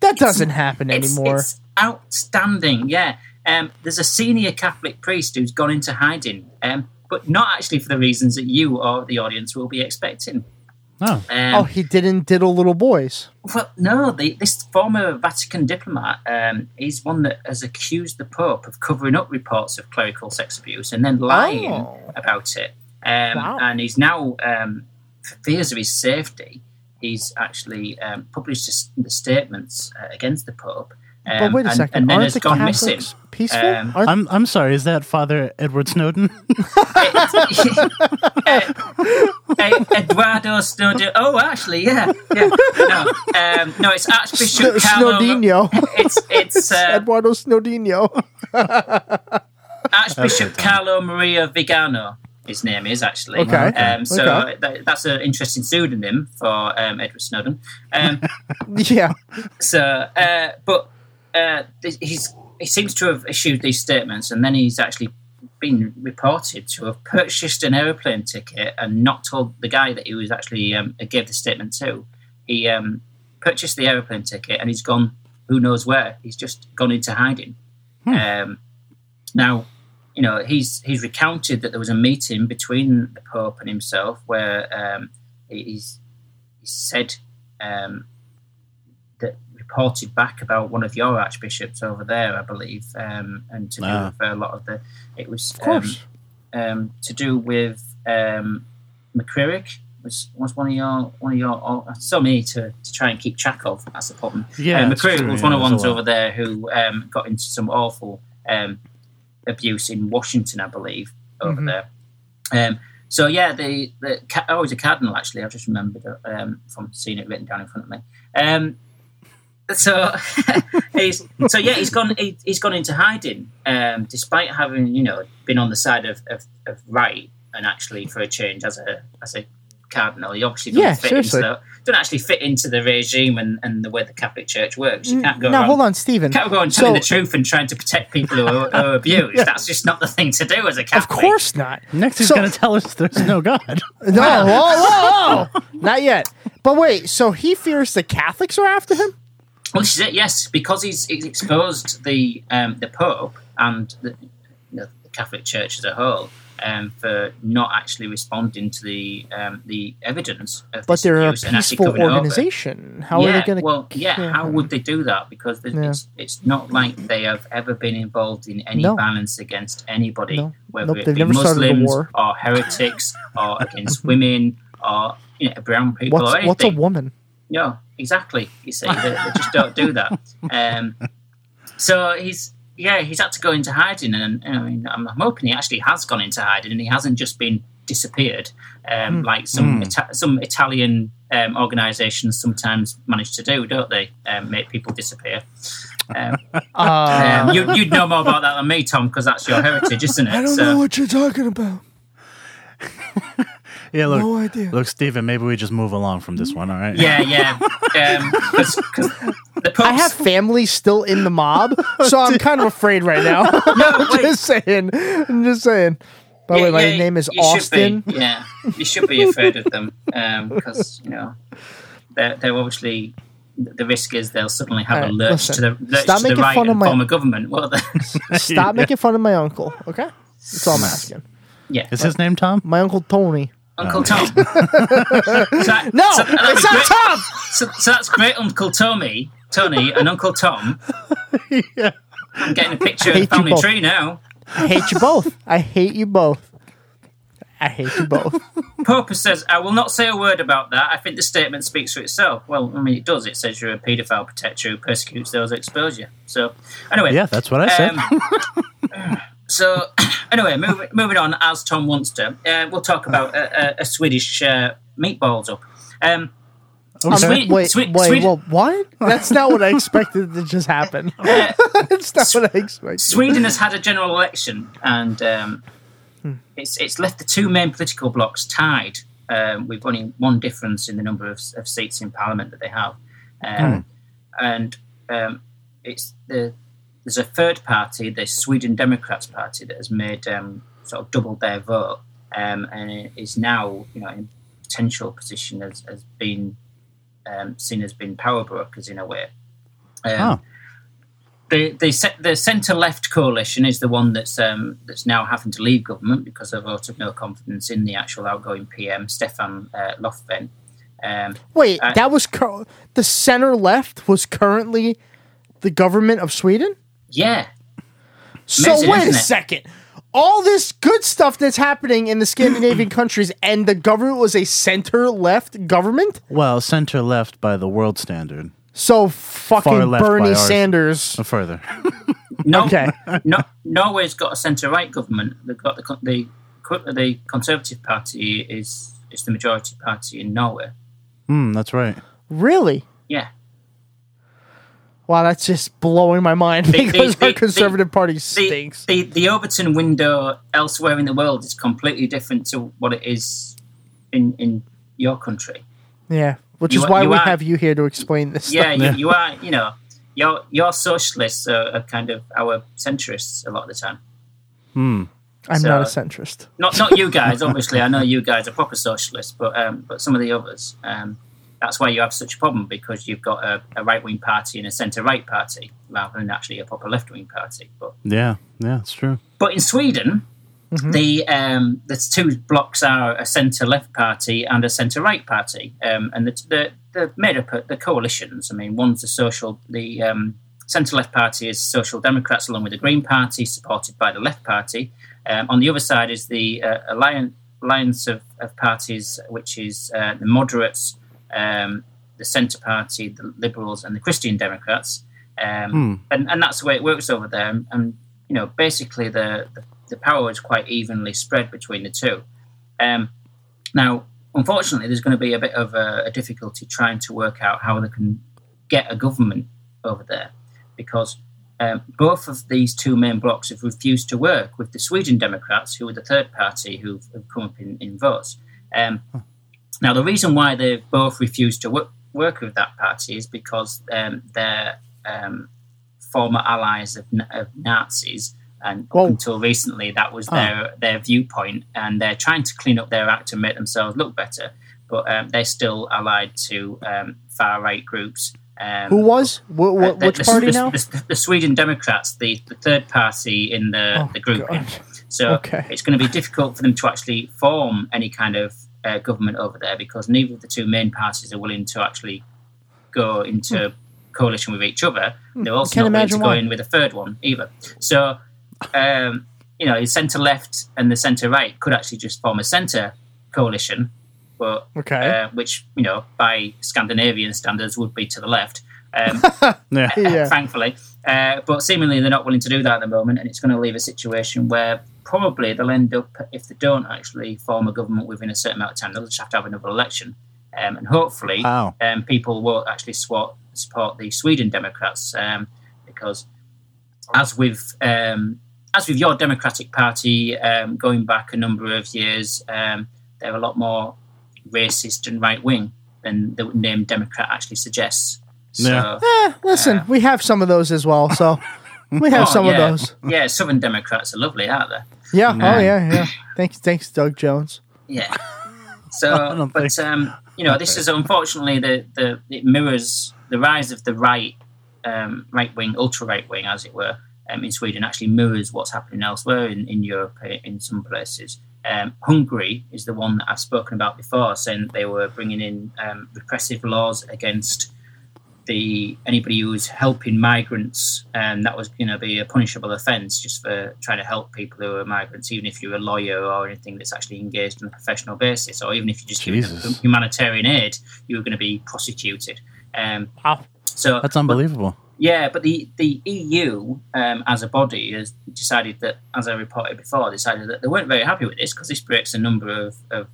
S12: That doesn't happen
S7: it's-
S12: anymore.
S7: it's outstanding. Yeah. Um, there's a senior Catholic priest who's gone into hiding, um, but not actually for the reasons that you or the audience will be expecting.
S4: Oh.
S7: Um,
S12: oh, he didn't diddle little boys.
S7: Well, no, the, this former Vatican diplomat um, is one that has accused the Pope of covering up reports of clerical sex abuse and then lying
S12: Oh.
S7: about it. Um,
S12: Wow.
S7: And he's now, um, for fears of his safety, he's actually um, published his, the statements uh, against the Pope. Um,
S12: But wait a
S7: and,
S12: second,
S7: and then
S12: aren't
S7: has
S12: the
S7: gone
S12: Catholics
S7: missing.
S12: peaceful?
S7: Um,
S4: I'm I'm sorry. Is that Father Edward Snowden?
S7: Eh, Eduardo Snowden. Oh, actually, yeah, yeah. No, um, no, it's
S12: Sno-
S7: Archbishop Carlo.
S12: Snowdinho.
S7: It's it's uh,
S12: Eduardo Snowdinho.
S7: Archbishop Carlo Maria Vigano. His name is actually.
S12: Okay.
S7: Um, so
S12: Okay.
S7: that, that's an interesting pseudonym for um, Edward Snowden. Um,
S12: yeah.
S7: so, uh, but uh, th- he's he seems to have issued these statements, and then he's actually been reported to have purchased an aeroplane ticket and not told the guy that he was actually um, gave the statement to. He um, purchased the aeroplane ticket, and he's gone. Who knows where? He's just gone into hiding. Um, now, you know, he's he's recounted that there was a meeting between the Pope and himself where um, he- he's he said um, that reported back about one of your archbishops over there, I believe, um, and to
S4: Ah.
S7: do with a lot of the it was of
S4: course.
S7: um, um, to do with um, McCririck was was one of your one of your oh, so many to, to try and keep track of. That's the problem.
S4: Yeah,
S7: uh,
S4: that's
S7: McCririck
S4: true,
S7: was
S4: yeah,
S7: one of the
S4: there's a
S7: ones
S4: lot.
S7: over there who um, got into some awful um, abuse in Washington, I believe, over
S4: Mm-hmm.
S13: Mhm.
S7: there. Um, so yeah, the the ca- oh, it was a cardinal actually. I've just remembered it, um, from seeing it written down in front of me. Um, so he's so yeah, he's gone. He, he's gone into hiding, um, despite having you know been on the side of, of, of right and actually for a change as a as a cardinal. He obviously doesn't
S12: Yeah,
S7: fit
S12: seriously.
S7: into the, don't actually fit into the regime and, and the way the Catholic Church works. You can't go
S12: Mm, now,
S7: around-
S12: hold on, Stephen.
S7: Can't go on
S12: So-
S7: telling the truth and trying to protect people who are, who are abused. That's just not the thing to do as a Catholic.
S12: Of course not.
S4: Next, he's going to tell us there's no God.
S12: No, whoa, whoa, whoa. not yet. But wait, so he fears the Catholics are after him?
S7: Well, this is it. Yes, because he's, he's exposed the um, the Pope and the, you know, the Catholic Church as a whole um, for not actually responding to the um, the evidence. Of
S12: But
S7: this
S12: they're a
S7: abuse and actually
S12: peaceful
S7: covering it over.
S12: organization. How are
S7: Yeah,
S12: they going to?
S7: Well, yeah, How would they do that? Because there's-
S12: Yeah.
S7: it's it's not like they have ever been involved in any
S12: No.
S7: violence against anybody,
S12: No.
S7: whether
S12: Nope,
S7: it
S12: they've
S7: be
S12: never started a
S7: Muslims
S12: war.
S7: or heretics or against women or you know, brown people or
S12: What's,
S7: anything.
S12: what's a woman?
S7: No, exactly. You see, they, they just don't do that. Um, so he's yeah, he's had to go into hiding, and, and I mean, I'm, I'm hoping he actually has gone into hiding, and he hasn't just been disappeared um,
S12: Hmm.
S7: like some
S4: Hmm.
S7: Ita- some Italian um, organisations sometimes manage to do, don't they? Um, make people disappear. Um, um, you, you'd know more about that than me, Tom, because that's your heritage, isn't it?
S1: I don't
S7: So-
S1: know what you're talking about.
S4: Yeah, look,
S1: No idea.
S4: look, Stephen. Maybe we just move along from this one. All right.
S7: Yeah, yeah. Um, 'cause- 'cause
S12: I have family still in the mob, so I'm kind of afraid right now. I'm just saying. I'm just saying. By the way, Oh, my
S7: yeah,
S12: name is
S7: you should be-
S12: Austin.
S7: yeah, you should be afraid of them because you know they're, they're obviously the risk is they'll suddenly have
S12: All
S7: a
S12: right,
S7: lurch
S12: listen.
S7: to the lurch
S12: Stop
S7: to the
S12: making
S7: right
S12: fun of
S7: and
S12: my-
S7: form a government. Well, then-
S12: Stop making fun of my uncle. Okay, that's all I'm asking.
S7: Yeah,
S4: Is his name Tom?
S12: My uncle Tony.
S7: Uncle Tom. So that-
S12: No,
S7: so that'd be
S12: it's not
S7: great-
S12: Tom!
S7: So, so that's great, Uncle Tommy, Tony, and Uncle Tom. I'm getting a picture
S12: I
S7: of the
S12: hate you
S7: family
S12: both.
S7: tree now.
S12: I hate you both. I hate you both. I hate you both.
S7: Popper says, I will not say a word about that. I think the statement speaks for itself. Well, I mean, it does. It says you're a paedophile protector who persecutes those who expose you. So, anyway.
S4: Yeah, that's what I said.
S7: um, so, anyway, move, moving on, as Tom wants to, uh, we'll talk about a, a, a Swedish uh, meatballs up. Um, Swe-
S12: wait,
S7: Swe-
S12: wait,
S7: Sweden-
S12: well, what? That's not what I expected to just happen.
S7: uh,
S12: It's not what I expected.
S7: Sweden has had a general election, and um, it's it's left the two main political blocs tied, um, with only one difference in the number of, of seats in parliament that they have, um, and um, it's the there's a third party, the Sweden Democrats Party, that has made um, sort of doubled their vote, um, and is now you know in potential position as as being um, seen as being power brokers in a way. Um,
S4: Huh.
S7: the the, se- the centre left coalition is the one that's um, that's now having to leave government because they voted no confidence in the actual outgoing PM Stefan uh, Löfven. Um,
S12: Wait,
S7: uh,
S12: that was cur- the center left was currently the government of Sweden.
S7: yeah.
S12: So
S7: Amazing,
S12: wait a
S7: isn't it?
S12: second. All this good stuff that's happening in the Scandinavian countries, and the government was a center left government.
S4: Well, center left by the world standard.
S12: So
S4: Far
S12: fucking
S4: left by
S12: Bernie
S4: ours.
S12: Sanders.
S7: Oh,
S4: Uh, Further.
S7: No, no, Norway's got a centre-right government. They've got the co- the co- the Conservative Party is is the majority party in Norway.
S4: Hmm, that's right.
S12: Really?
S7: Yeah,
S12: Wow, that's just blowing my mind
S7: They- they-
S12: because
S7: they-
S12: our
S7: they-
S12: conservative party
S7: the,
S12: stinks.
S7: The, the Overton window elsewhere in the world is completely different to what it is in in your country.
S12: yeah, which
S7: You
S12: is
S7: are-
S12: why
S7: you
S12: we
S7: are-
S12: have you here to explain this.
S7: yeah,
S12: stuff.
S7: you, you are. You know, your your socialists are, are kind of our centrists a lot of the time.
S4: Hmm.
S12: I'm not a
S7: so-
S12: centrist.
S7: Not not you guys, obviously. I know you guys are proper socialists, but um, but some of the others. Um, that's why you have such a problem because you've got a, a right wing party and a centre right party rather than actually a proper left wing party. But
S4: Yeah, yeah, it's true.
S7: but in Sweden, the um, the two blocks are a centre left party and a centre right party, um, and the, the they're made up of the coalitions. I mean, one's the social the um, centre left party is Social Democrats along with the Green Party, supported by the Left Party. Um, on the other side is the uh, alliance alliance of, of parties, which is uh, the moderates, um, the centre party, the Liberals, and the Christian Democrats. Um,
S4: Hmm.
S7: and, and that's the way it works over there. And, and you know, basically, the, the the power is quite evenly spread between the two. Um, now, unfortunately, there's going to be a bit of a, a difficulty trying to work out how they can get a government over there because um, both of these two main blocks have refused to work with the Sweden Democrats, who are the third party who've, who've come up in, in votes. Um, now, the reason why they've both refused to work, work with that party is because um, they're um, former allies of, N- of Nazis, and up until recently, that was their, their viewpoint, and they're trying to clean up their act and make themselves look better, but um, they're still allied to um, far right groups. Um,
S12: Who was? Wh- wh-
S7: uh, the-
S12: which
S7: the-
S12: party
S7: the,
S12: now?
S7: The, the Sweden Democrats, the, the third party in the, the group. here. So
S12: Oh, Okay.
S7: it's going to be difficult for them to actually form any kind of uh, government over there because neither of the two main parties are willing to actually go into coalition with each other.
S12: Hmm,
S7: They're
S12: I
S7: also
S12: can't
S7: not willing to
S12: imagine
S7: go
S12: why.
S7: in with a third one either. So, um, you know, the centre left and the centre right could actually just form a centre coalition, but
S12: Okay.
S7: uh, which you know by Scandinavian standards would be to the left. Um,
S4: Yeah.
S12: Yeah.
S7: thankfully. Uh, but seemingly they're not willing to do that at the moment, and it's going to leave a situation where probably they'll end up, if they don't actually form a government within a certain amount of time, they'll just have to have another election. Um, and hopefully,
S4: Wow.
S7: um, people will actually swat, support the Sweden Democrats um, because, as with um, as with your Democratic Party um, going back a number of years, um, they're a lot more racist and right wing than the name Democrat actually suggests. So,
S12: Yeah. Eh, listen, we have some of those as well, so we have
S7: uh, Oh,
S12: some
S7: yeah.
S12: of those.
S7: Yeah, Southern Democrats are lovely, aren't they?
S12: Yeah. Oh
S7: Um,
S12: yeah. Yeah. Thanks. Thanks, Doug Jones.
S7: Yeah. So, but um, you know, this is unfortunately the the it mirrors the rise of the right, um, right wing, ultra right wing, as it were, um, in Sweden. Actually, mirrors what's happening elsewhere in in Europe uh, in some places. Um, Hungary is the one that I've spoken about before, saying that they were bringing in um, repressive laws against the anybody who was helping migrants, um, that was going to be a punishable offence just for trying to help people who are migrants, even if you're a lawyer or anything that's actually engaged on a professional basis, or even if you're just giving
S4: Jesus.
S7: them humanitarian aid, you were going to be prosecuted. Um, So
S4: That's unbelievable.
S7: yeah, but the the EU um, as a body has decided that, as I reported before, decided that they weren't very happy with this because this breaks a number of, of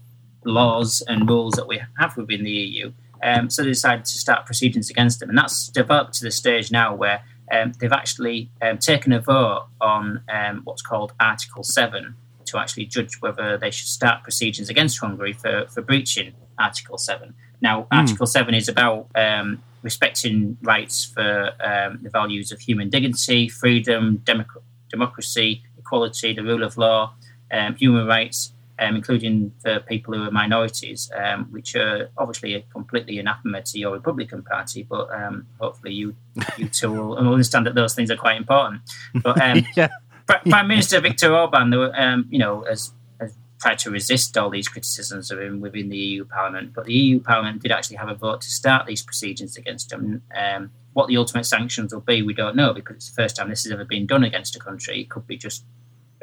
S7: laws and rules that we have within the EU. Um, so they decided to start proceedings against them, and that's developed to the stage now where um, they've actually um, taken a vote on um, what's called Article Seven to actually judge whether they should start proceedings against Hungary for, for breaching Article Seven. Now,
S13: Hmm.
S7: Article Seven is about um, respecting rights for um, the values of human dignity, freedom, democ- democracy, equality, the rule of law, um, human rights, um, including for people who are minorities, um, which are obviously a completely anathema to your Republican Party. But um, hopefully, you you two will will understand that those things are quite important. But um, Pri- Prime Minister Viktor Orban, there were, um, you know, has, has tried to resist all these criticisms of him within the EU Parliament, but the EU Parliament did actually have a vote to start these proceedings against him. Um, what the ultimate sanctions will be, we don't know, because it's the first time this has ever been done against a country. It could be just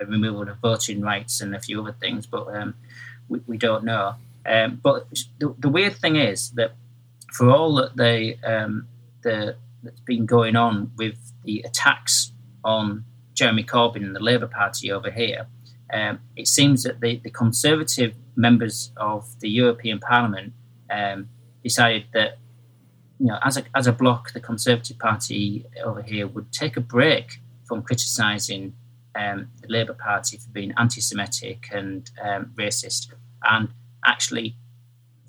S7: a removal of voting rights and a few other things, but um, we, we don't know. Um, but the, the weird thing is that for all that they um, the that's been going on with the attacks on Jeremy Corbyn and the Labour Party over here, um, it seems that the, the Conservative members of the European Parliament um, decided that you know, as a, as a bloc, the Conservative Party over here would take a break from criticising um, the Labour Party for being anti Semitic and um, racist and actually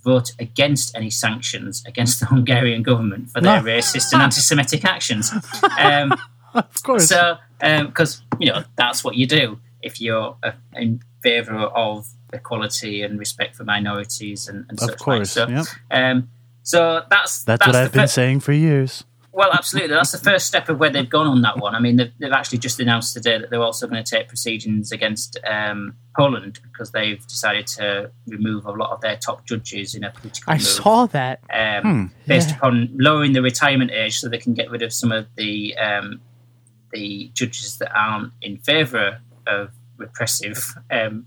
S7: vote against any sanctions against the Hungarian government for their
S13: No.
S7: racist and anti Semitic actions. Um,
S1: of course.
S7: So, because, you know, that's what you do if you're uh, in favour of equality and respect for minorities and, and
S4: Of
S7: such like.
S4: course,
S7: So,
S4: yep.
S7: um, so that's
S4: That's, what
S7: the
S4: I've been
S7: fir-
S4: saying for years.
S7: well, absolutely. That's the first step of where they've gone on that one. I mean, they've, they've actually just announced today that they're also going to take proceedings against um, Poland because they've decided to remove a lot of their top judges in a political
S12: I
S7: move,
S12: saw that.
S7: um,
S12: Hmm.
S7: based
S12: Yeah.
S7: upon lowering the retirement age so they can get rid of some of the um, the judges that aren't in favour of repressive um,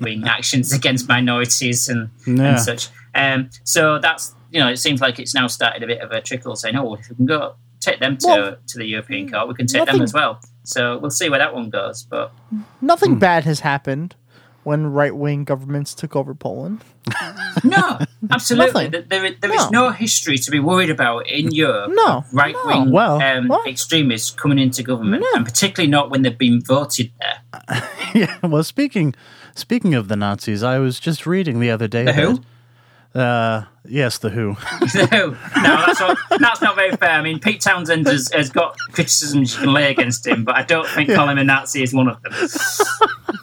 S7: wing actions against minorities and,
S4: Yeah.
S7: and such. Um, so that's you know it seems like it's now started a bit of a trickle saying oh if we can go take them to
S12: Well,
S7: to the European court we can take
S12: nothing-
S7: them as well. So we'll see where that one goes. But Hmm.
S12: Nothing bad has happened when right wing governments took over Poland.
S7: no, absolutely there, there is- there is no history to be worried about in Europe.
S12: No,
S7: right wing
S12: no, well,
S7: um, extremists coming into government and particularly not when they've been voted there.
S4: yeah. Well, speaking speaking of the Nazis, I was just reading the other day.
S7: The Who?
S4: that, Uh, yes, the Who.
S7: no, that's not, that's not very fair. I mean, Pete Townsend has, has got criticisms you can lay against him, but I don't think
S4: Yeah.
S7: calling him a Nazi is one of them.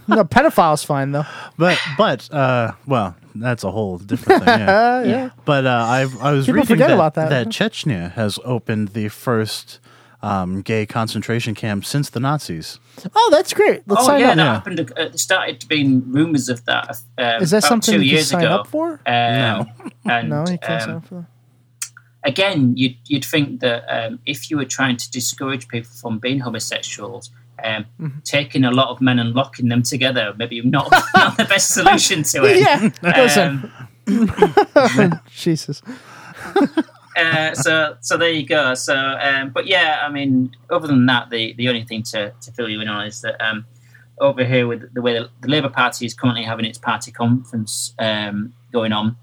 S12: no, pedophile's fine though.
S4: But but uh, well, that's a whole different thing. Yeah.
S12: Yeah.
S4: But uh, I I was
S12: People
S4: reading
S12: forget
S4: that,
S12: about that.
S4: Chechnya has opened the first um, gay concentration camp since the Nazis.
S12: Oh, that's great. Let's
S7: oh
S12: sign
S7: yeah,
S12: up.
S7: that
S4: Yeah.
S7: happened. Uh, there started to be rumours of that. Um,
S12: Is that
S7: about
S12: something
S7: two
S12: you can
S7: years
S12: sign
S7: ago.
S12: up for?
S7: Um, And,
S12: no, he can't sign
S7: um,
S12: up for that.
S7: again, you'd, you'd think that um, if you were trying to discourage people from being homosexuals, um, taking a lot of men and locking them together maybe not, not the best solution to it.
S12: Yeah, listen.
S7: Um,
S12: Jesus.
S7: uh, so so there you go. So um, but yeah, I mean, other than that, the, the only thing to, to fill you in on is that um, over here with the way the, the Labour Party is currently having its party conference um, going on,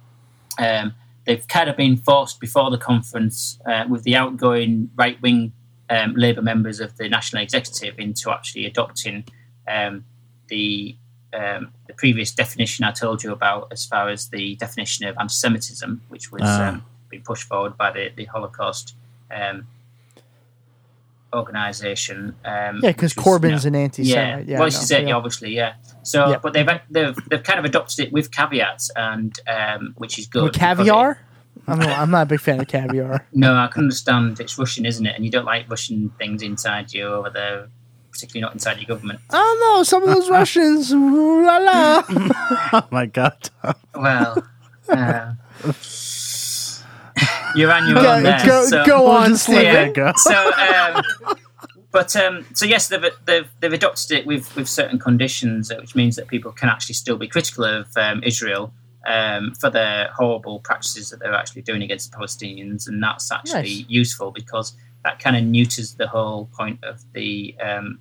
S7: um, they've kind of been forced before the conference uh, with the outgoing right wing um, Labour members of the National Executive into actually adopting um, the um, the previous definition I told you about as far as the definition of anti-Semitism, which was
S4: Ah.
S7: um, been pushed forward by the, the Holocaust um, organization. Um,
S12: Yeah, 'cause
S7: which was,
S12: Corbyn's an anti-Semite. Yeah,
S7: well,
S12: I
S7: this is
S12: know.
S7: it.
S12: Yeah.
S7: Yeah, obviously, yeah. So,
S12: Yeah.
S7: but they've, they've they've kind of adopted it with caveats, and um, which is good.
S12: With
S7: because
S12: caviar? I'm, not- I'm not a big fan of caviar.
S7: it- no, I can understand it's Russian, isn't it? And you don't like Russian things inside you over there, particularly not inside your government.
S12: I don't know. Some of those Russians, ooh la la.
S4: oh my god.
S7: Well, uh, You're on your
S14: Go-
S7: own there.
S14: go-
S7: so,
S14: go We'll on, just let
S7: yeah,
S14: that go.
S7: so, um, but um, so yes, they've, they've they've adopted it with with certain conditions, uh, which means that people can actually still be critical of um, Israel um, for their horrible practices that they're actually doing against the Palestinians, and that's actually
S15: Nice.
S7: useful because that kind of neuters the whole point of the um,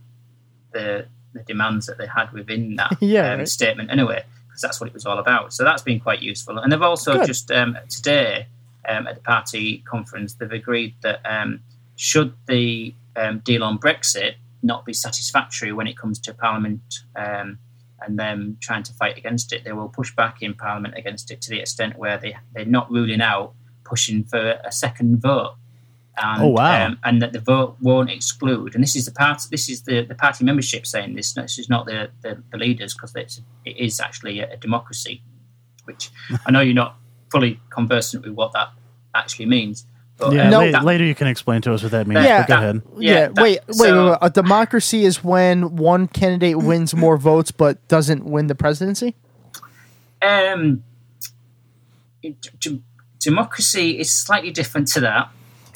S7: the the demands that they had within that
S15: Yeah,
S7: um,
S15: right.
S7: statement anyway, because that's what it was all about. So that's been quite useful. And they've also
S15: Good.
S7: just um, today um, at the party conference, they've agreed that um, should the um, deal on Brexit not be satisfactory when it comes to Parliament um, and them trying to fight against it, they will push back in Parliament against it to the extent where they, they're not ruling out pushing for a second vote and,
S4: Oh, wow.
S7: um, and that the vote won't exclude. And this is the part. This is the, the party membership saying this. This is not the the, the leaders because it is actually a, a democracy. Which I know you're not fully conversant with what that actually means. But
S4: yeah,
S7: um,
S4: la-
S7: that-
S4: later you can explain to us what that means.
S7: Yeah,
S4: but go
S7: that-
S4: ahead.
S1: Yeah.
S7: that-
S1: wait, wait,
S7: so-
S1: wait, wait. A democracy is when one candidate wins more votes but doesn't win the presidency.
S7: um, d- d- democracy is slightly different to that.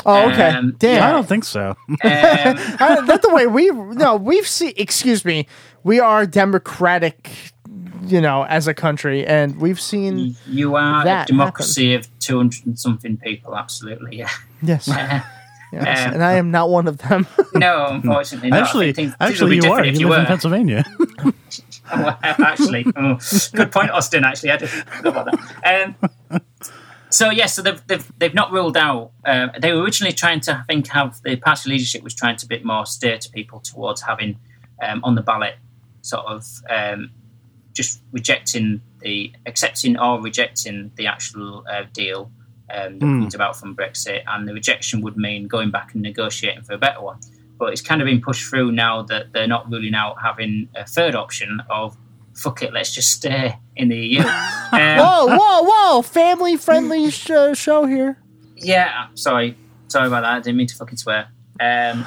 S1: Oh, okay.
S7: Um,
S1: Damn.
S7: yeah.
S1: I don't
S4: think so.
S7: Um,
S1: I, that's the way we. No, we've seen. Excuse me. We are democratic, you know, as a country, and we've seen.
S7: You are a
S1: that
S7: democracy of 200 and something people, absolutely, yeah.
S1: Yes.
S7: yes. Um,
S1: and I am not one of them.
S7: no, unfortunately not. I
S4: actually,
S7: think things- things would
S4: actually,
S7: be
S4: you
S7: different
S4: are.
S7: if
S4: You,
S7: you
S4: live in
S7: were.
S4: Pennsylvania.
S7: Well, actually, oh, good point, Austin. Actually, I just forgot about that. Um, so yes, so they've, they've they've not ruled out. Uh, they were originally trying to, I think, have the party leadership was trying to a bit more steer to people towards having um, on the ballot, sort of um, just rejecting the accepting or rejecting the actual uh, deal um, that
S15: Hmm.
S7: comes about from Brexit, and the rejection would mean going back and negotiating for a better one. But it's kind of been pushed through now that they're not ruling out having a third option of fuck it, let's just stay in the EU. Um,
S1: whoa, whoa, Oh, whoa! Family friendly sh- uh, show here.
S7: Yeah, sorry, sorry about that. I didn't mean to fucking swear. Um,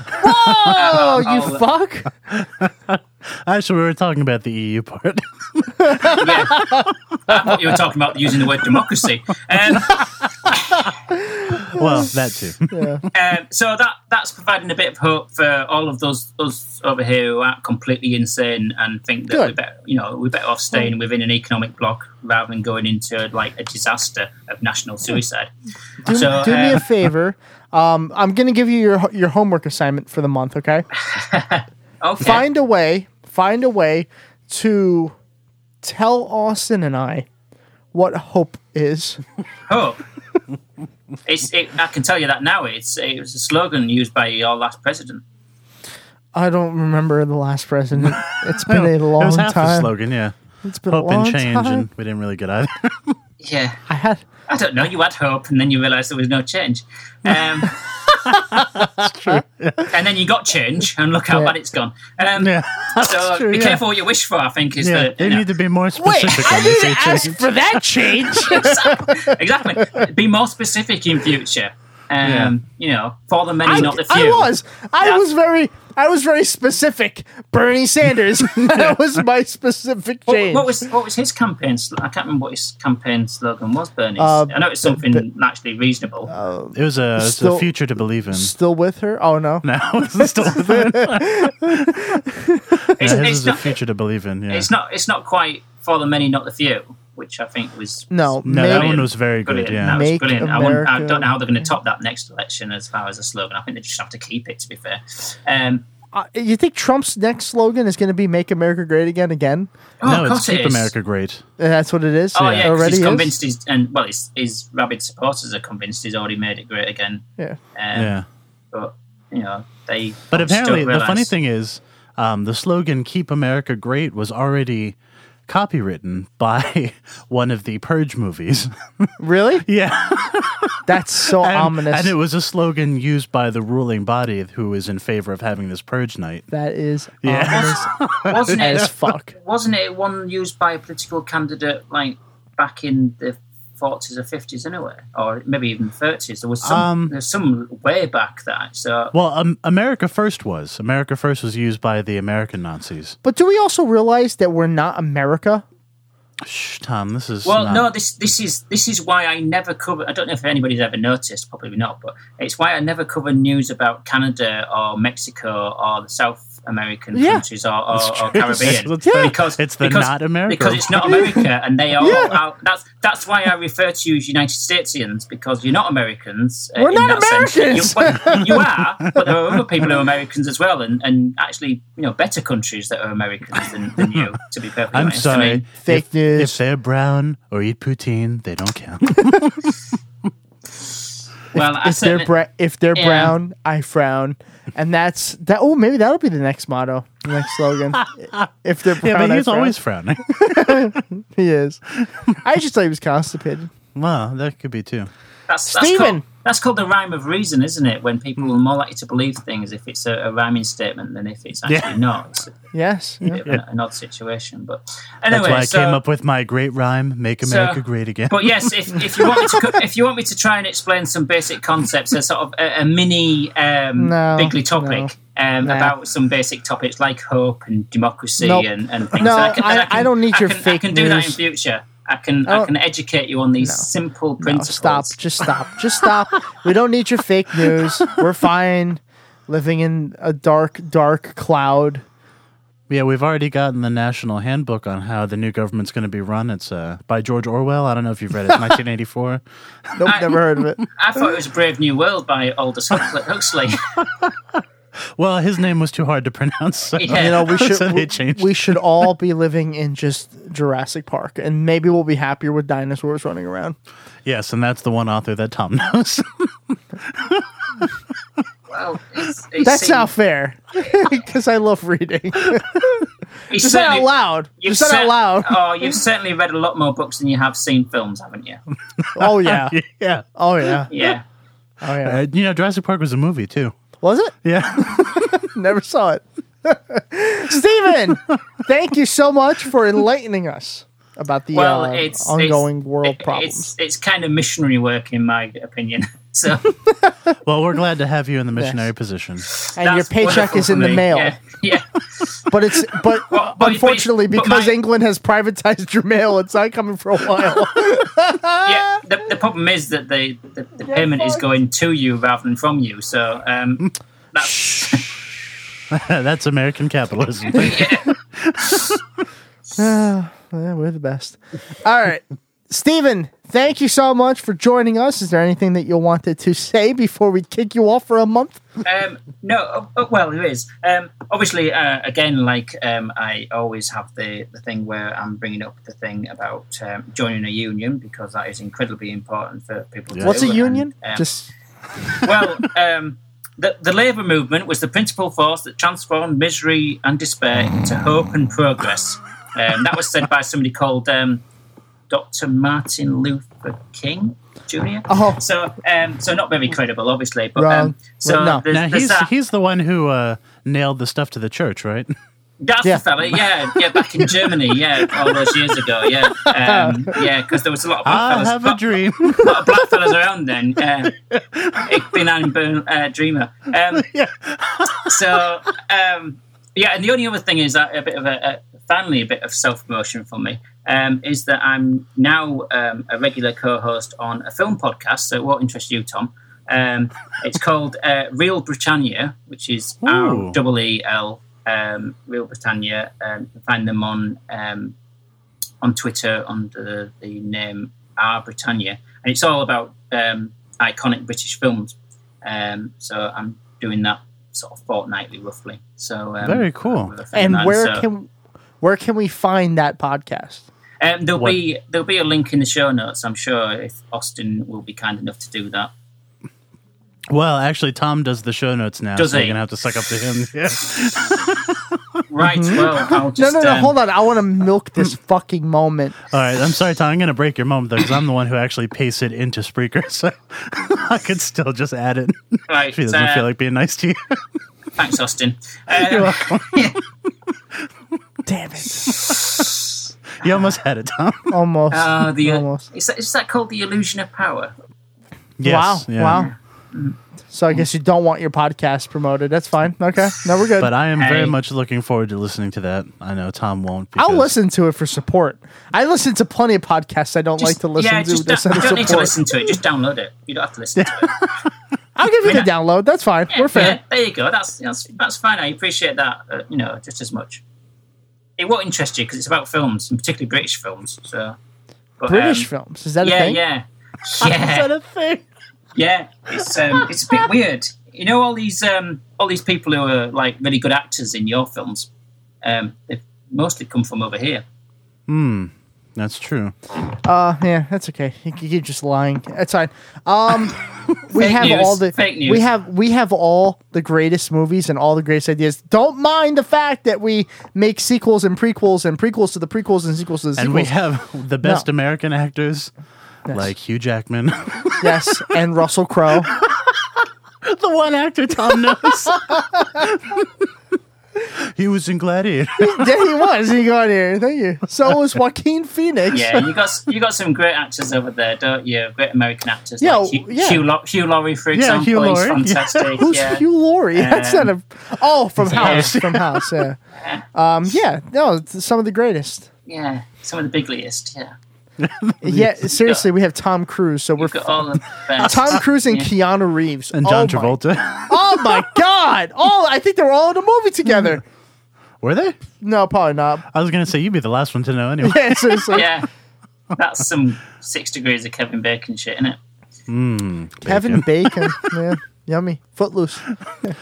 S1: Whoa,
S7: I'll-
S1: Oh, you
S7: I'll-
S1: fuck!
S4: actually, we were talking about the EU part.
S7: I thought you were talking about using the word democracy. Um,
S4: well, that too.
S7: um, so that that's providing a bit of hope for all of those those over here who are completely insane and think that we
S15: Good.
S7: better you know we're better off
S1: Mm.
S7: staying within an economic block rather than going into like a disaster of national suicide.
S1: Mm. Do,
S7: so
S1: do me
S7: um,
S1: a favor. Um, I'm gonna give you your ho- your homework assignment for the month. Okay.
S7: Okay.
S1: Find a way. Find a way to tell Austin and I what hope is.
S7: hope. It's, it, I can tell you that now. It's it was a slogan used by your last president.
S1: I don't remember the last president. It's been a long
S4: it was half
S1: time.
S4: the slogan. Yeah,
S1: It's been a
S4: hope
S1: long
S4: and change,
S1: time.
S4: and we didn't really get either.
S7: Yeah,
S1: I had.
S7: I don't know. You had hope, and then you realised there was no change. Um, And then you got change, and look how
S4: Yeah.
S7: bad it's gone. Um, so
S4: true,
S7: be
S4: yeah.
S7: careful what you wish for. I think is
S4: yeah,
S7: the
S4: they
S7: you know.
S4: need to be more specific.
S7: I
S4: on this
S7: didn't
S4: issue.
S7: ask for that change. exactly. Be more specific in future. Um, You know, for the many,
S1: I,
S7: not the
S1: I
S7: few.
S1: was. I was very. I was very specific. Bernie Sanders. that was my specific
S7: What,
S1: change.
S7: what was what was his campaign? sl- I can't remember what his campaign slogan was. Bernie's.
S1: Uh,
S7: I know it's something actually reasonable.
S4: It was a, it's
S1: Still-
S4: a future to believe in.
S1: Still with her? Oh no.
S4: No, it's still with her. Yeah, his is a future to believe in. Yeah,
S7: It's not. It's not quite for the many, not the few, which I think was
S1: No,
S4: No, that
S7: brilliant.
S4: one was very good,
S7: Brilliant.
S4: yeah.
S7: that was
S4: Make
S7: brilliant. I, wonder- I
S4: America-
S7: don't know how they're going to top that next election as far as a slogan. I think they just have to keep it. To be fair, um,
S1: Uh, you think Trump's next slogan is going to be "Make America Great Again"? Again?
S7: Oh, of
S4: no,
S7: course
S4: it's
S7: it
S4: keep
S7: is.
S4: America great.
S1: And that's what it is.
S7: oh yeah, 'cause
S1: already
S7: he's
S1: is?
S7: convinced he's and well, his his rabid supporters are convinced he's already made it great again.
S1: Yeah.
S7: um,
S4: Yeah.
S7: But you know they.
S4: But
S7: just don't
S4: apparently, the
S7: realise-
S4: funny thing is, um, the slogan "Keep America Great" was already copywritten by one of the Purge movies.
S1: Really?
S4: yeah.
S1: That's so
S4: and,
S1: ominous.
S4: And it was a slogan used by the ruling body who is in favor of having this Purge night.
S1: that is
S4: Yeah.
S1: ominous
S7: wasn't it
S1: as fuck.
S7: Wasn't it one used by a political candidate like back in the forties or fifties anyway, or maybe even thirties? There was some.
S4: Um,
S7: there's some way back that. So
S4: Well, um, America First was. America First was used by the American Nazis.
S1: But do we also realize that we're not America?
S4: Shh, Tom, this is
S7: Well,
S4: not-
S7: no, this this is this is why I never cover. I don't know if anybody's ever noticed, probably not, but it's why I never cover news about Canada or Mexico or the South American
S4: Yeah.
S7: countries or, or,
S4: It's
S7: or
S4: true.
S7: Caribbean
S4: It's- yeah.
S7: because
S4: It's the
S7: because-
S4: not America
S7: because it's not
S4: one.
S7: America and they are.
S4: Yeah.
S7: out- that's that's why I refer to you as United Statesians because you're not Americans. uh,
S1: We're
S7: in
S1: not
S7: that sense.
S1: Americans!
S7: You're- but you are, but there are other people who are Americans as well, and, and actually, you know, better countries that are Americans than, than you. To be perfectly
S4: I'm
S7: honest, I
S4: sorry.
S7: mean,
S4: fake if, news. If they're brown or eat poutine, they don't count.
S7: Well, I
S1: if they're
S7: certainly-
S1: bra- if they're
S7: Yeah.
S1: brown, I frown, and that's that. Oh, maybe that'll be the next motto, the next slogan. if they're brown,
S4: yeah, but he's
S1: I frown.
S4: always frowning.
S1: he is. I just thought he was constipated.
S4: Well, that could be too.
S7: That's, that's
S1: Stephen!
S7: Called, that's called the rhyme of reason, isn't it? When people are more likely to believe things if it's a, a rhyming statement than if it's actually
S4: Yeah.
S7: not. It's a
S1: Yes.
S7: bit of an, an odd situation, but anyway,
S4: That's why I
S7: so,
S4: came up with my great rhyme, "Make
S7: so-
S4: America Great Again."
S7: But yes, if, if you want me to co- if you want me to try and explain some basic concepts, a sort of a, a mini um,
S1: No,
S7: bigly topic. Um,
S1: Nah.
S7: About some basic topics like hope and democracy
S1: Nope.
S7: and, and things.
S1: No,
S7: I, can,
S1: I- I don't need
S7: I
S1: your
S7: can,
S1: fake
S7: I can do that in
S1: news.
S7: future. I can
S1: I
S7: I,
S1: don't-
S7: can educate you on these simple
S1: No,
S7: principles.
S1: stop. Just stop. Just stop. we don't need your fake news. We're fine living in a dark, dark cloud.
S4: Yeah, we've already gotten the national handbook on how the new government's going to be run. It's uh, by George Orwell. I don't know if you've read it. It's 1984.
S1: Nope, never heard of it.
S7: I thought it was Brave New World by Aldous Huxley. Huxley.
S4: Well, his name was too hard to pronounce. So,
S1: You know, we should
S4: so they
S1: we,
S4: changed.
S1: we should all be living in just Jurassic Park, and maybe we'll be happier with dinosaurs running around.
S4: Yes, and that's the one author that Tom knows.
S7: Well, it's, it
S1: That's
S7: seems-
S1: not fair because I love reading.
S7: He's
S1: Just said it out
S7: certainly-
S1: loud.
S7: you've
S1: Just said it out
S7: cer-
S1: loud.
S7: Oh, you've certainly read a lot more books than you have seen films, haven't you?
S1: Oh yeah,
S4: yeah.
S1: Oh yeah.
S7: Yeah.
S1: Oh yeah.
S4: Uh, you know, Jurassic Park was a movie too.
S1: Was it?
S4: Yeah.
S1: Never saw it. Steven, thank you so much for enlightening us about the
S7: well,
S1: uh,
S7: it's
S1: ongoing
S7: it's,
S1: world
S7: it-
S1: problems.
S7: It's, it's kind of missionary work, in my opinion. So
S4: Well, we're glad to have you in the missionary position.
S1: And your
S7: that's
S1: paycheck
S7: wonderful
S1: is in
S7: for
S1: the
S7: me.
S1: mail.
S7: Yeah.
S1: But it's but
S7: Well, but-
S1: unfortunately
S7: but- but
S1: because
S7: my-
S1: England has privatized your mail, it's not coming for a while.
S7: yeah. The, the problem is that the, the, the payment is going to you rather than from you. So um,
S4: that's American capitalism.
S1: Ah, yeah, we're the best. All right. Steven, thank you so much for joining us. Is there anything that you wanted to say before we kick you off for a month?
S7: um, no, oh, oh, well, there is. Um, obviously, uh, again, like um, I always have the, the thing where I'm bringing up the thing about um, joining a union because that is incredibly important for people. To
S1: What's
S7: do,
S1: a
S7: and,
S1: union?
S7: um,
S1: Just
S7: well, um, the, the labour movement was the principal force that transformed misery and despair into hope and progress. Um, that was said by somebody called um, Dr. Martin Luther King Jr.
S1: Oh.
S7: So, um, so not very credible, obviously. But
S4: Wrong.
S7: um, so there's,
S4: now
S7: there's
S4: he's
S7: that.
S4: he's the one who uh, nailed the stuff to the church, right?
S7: That's
S4: Yeah.
S7: the fella, yeah, yeah, back in Germany, yeah, all those years ago, yeah, um, yeah, because there was a lot of black
S4: I
S7: fellas,
S4: Ah, have a dream.
S7: a lot of black fellas around then. Uh, ich bin ein Bern, uh, Dreamer. Um, so, um, yeah, and the only other thing is that a bit of a, a finally a bit of self promotion for me um, is that I'm now um, a regular co-host on a film podcast. So, it won't interest you, Tom. Um, it's called uh, Real Britannia, which is
S4: Ooh.
S7: R double E L um, Real Britannia. Um, you can find them on um, on Twitter under the, the name R Britannia, and it's all about um, iconic British films. Um, so I'm doing that sort of fortnightly, roughly. So um,
S4: Very cool.
S7: with a uh, friend
S1: and
S7: man,
S1: where
S7: so-
S1: can where can we find that podcast?
S7: um, there'll
S1: What-
S7: be there'll be a link in the show notes, I'm sure, if Austin will be kind enough to do that.
S4: Well, actually, Tom does the show notes now,
S7: Does
S4: so
S7: he?
S4: you're gonna have to suck up to him. Yeah.
S7: Right. Well, I'll
S1: Mm-hmm. No,
S7: just
S1: no, no.
S7: um,
S1: hold on. I want to milk this fucking moment.
S4: All right, I'm sorry, Tom. I'm gonna break your moment though, because I'm the one who actually pastes it into Spreaker, so I could still just add it.
S7: Right,
S4: if he doesn't
S7: uh,
S4: feel like being nice to you.
S7: Thanks, Austin. Um,
S4: You're welcome.
S1: Damn it.
S4: You almost had it, Tom.
S1: Almost.
S7: Uh, the, Is, that, is that called the illusion of power?
S4: Yes,
S1: wow.
S4: yeah.
S1: Wow. So I guess you don't want your podcast promoted. That's fine. Okay. No, we're good.
S4: But I am very much looking forward to listening to that. I know Tom won't.
S1: I'll listen to it for support. I listen to plenty of podcasts I don't like to listen
S7: yeah,
S1: to.
S7: just
S1: that
S7: don't,
S1: send
S7: you
S1: us
S7: don't need to
S1: support.
S7: listen to it. Just download it. You don't have to listen to it.
S1: I'll give you the download. That's fine. We're fair.
S7: Yeah, there you go. That's that's, that's fine. I appreciate that. Uh, you know, just as much. It won't interest you because it's about films, and particularly British films. So, But,
S1: British
S7: um,
S1: films. Is that
S7: yeah,
S1: a thing?
S7: Yeah,
S1: Is
S7: yeah,
S1: that a thing?
S7: yeah. It's um, it's a bit weird. You know, all these um, all these people who are like really good actors in your films, um, they've mostly come from over here.
S4: Hmm. That's true.
S1: Uh, yeah, that's okay. You, you- you're just lying. That's fine. Um, we
S7: Fake
S1: have
S7: news.
S1: all the
S7: Fake news.
S1: we have we have all the greatest movies and all the greatest ideas. Don't mind the fact that we make sequels and prequels and prequels to the prequels and sequels to the sequels.
S4: And we have the best American actors, like Hugh Jackman.
S1: yes, and Russell Crowe.
S4: the one actor Tom knows. he was in Gladiator.
S1: yeah, he was. He got here. Thank you. So was Joaquin Phoenix.
S7: Yeah, you got s- you got some great actors over there, don't you? Great American actors.
S1: Yeah,
S7: like Hugh,
S1: yeah.
S7: Hugh, Law- Hugh Laurie, for
S1: Yeah,
S7: example,
S1: Hugh
S7: is
S1: Laurie. Yeah.
S7: fantastic.
S1: Who's
S7: yeah.
S1: Hugh Laurie? That's not a.
S7: Um,
S1: Oh, from
S7: yeah.
S1: House. From House. Yeah. Um. Yeah. No. it's Some of the greatest.
S7: Yeah, some of the bigliest. Yeah,
S1: Yeah. Seriously, we have Tom Cruise. So we're.
S7: got all the best.
S1: Tom Cruise and
S7: Yeah.
S1: Keanu Reeves
S4: And John
S1: oh my,
S4: Travolta.
S1: oh my God! All I think they were all in a movie together.
S4: Mm. Were they?
S1: No, probably not.
S4: I was going to say, you'd be the last one to know anyway.
S1: Yeah, seriously.
S7: yeah, that's some six degrees of Kevin Bacon shit, isn't it?
S4: Mm,
S1: Kevin Bacon. yeah. Yummy. Footloose. I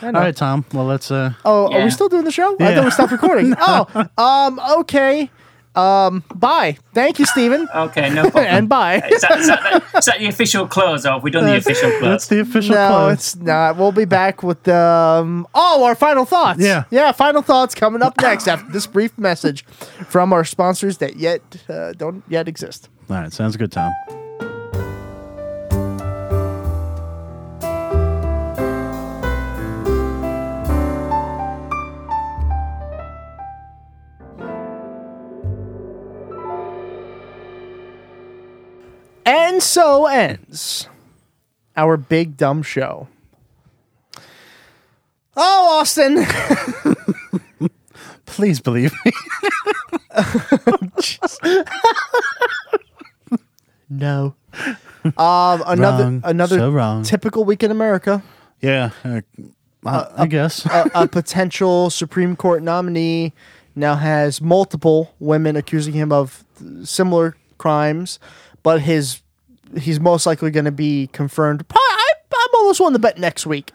S4: All
S1: know.
S4: right, Tom. Well, let's. Uh,
S1: Oh, are we still doing the show? I thought
S4: Yeah.
S1: we stopped recording. Oh, um, okay. Um, bye. Thank you, Steven.
S7: Okay, no problem.
S1: and bye. Uh,
S7: Is that, is, that the, is that the official close, or have we done the official close?
S1: no, it's not. We'll be back with um oh our final thoughts.
S4: Yeah.
S1: yeah. Final thoughts coming up next after this brief message from our sponsors that yet uh, don't yet exist.
S4: all right, sounds good, Tom.
S1: And so ends our big dumb show. Oh, Austin.
S4: Please believe me.
S1: no. Um, another
S4: Wrong.
S1: another
S4: So wrong.
S1: typical week in America.
S4: Yeah, uh, I, I guess.
S1: a, a potential Supreme Court nominee now has multiple women accusing him of similar crimes, but his he's most likely going to be confirmed. Pro- I, I'm almost willing to bet next week.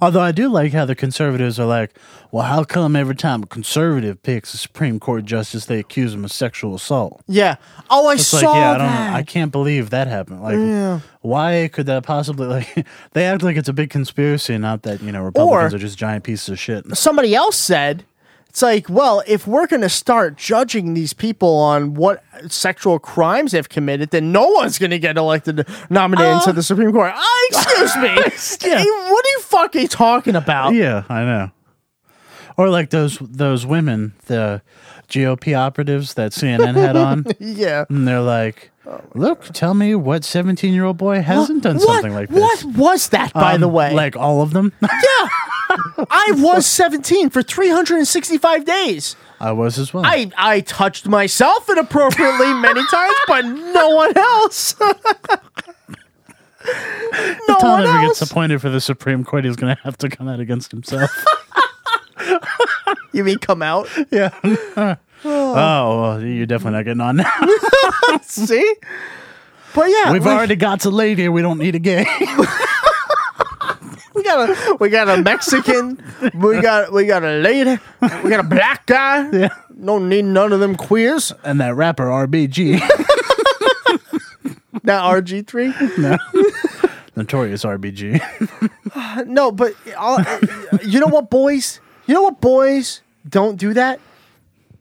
S4: Although I do like how the conservatives are like, well, how come every time a conservative picks a Supreme Court justice, they accuse him of sexual assault?
S1: Yeah. Oh, I
S4: It's
S1: saw
S4: like, yeah, I don't,
S1: that.
S4: I can't believe that happened. Like,
S1: Yeah.
S4: why could that possibly? Like, they act like it's a big conspiracy, not that you know Republicans are just giant pieces of shit.
S1: somebody else said it's like well if we're going to start judging these people on what sexual crimes they've committed then no one's going to get elected nominated to the supreme court uh, excuse me Hey, what are you fucking talking about
S4: Yeah, I know. Or like those those women, the GOP operatives that CNN had on.
S1: yeah
S4: And they're like, look, tell me what 17 year old boy hasn't done
S1: What-
S4: something like this.
S1: what was that by
S4: Um,
S1: the way
S4: Like all of them?
S1: i was 17 for 365 days
S4: I was as well.
S1: I, I touched myself inappropriately many times, but no one else. no
S4: Tom
S1: one
S4: ever
S1: else.
S4: gets appointed for the Supreme Court, he's going to have to come out against himself.
S1: you mean come out?
S4: Yeah. oh, well, you're definitely not getting on now.
S1: See? But yeah,
S4: We've
S1: like,
S4: already got to lady. We don't need a gay.
S1: we got a we got a Mexican, we got we got a lady, we got a black guy. Yeah. Don't need none of them queers.
S4: and that rapper, RBG,
S1: Not RG three.
S4: notorious RBG.
S1: No, but all, uh, you know what, boys? You know what, boys? Don't do that.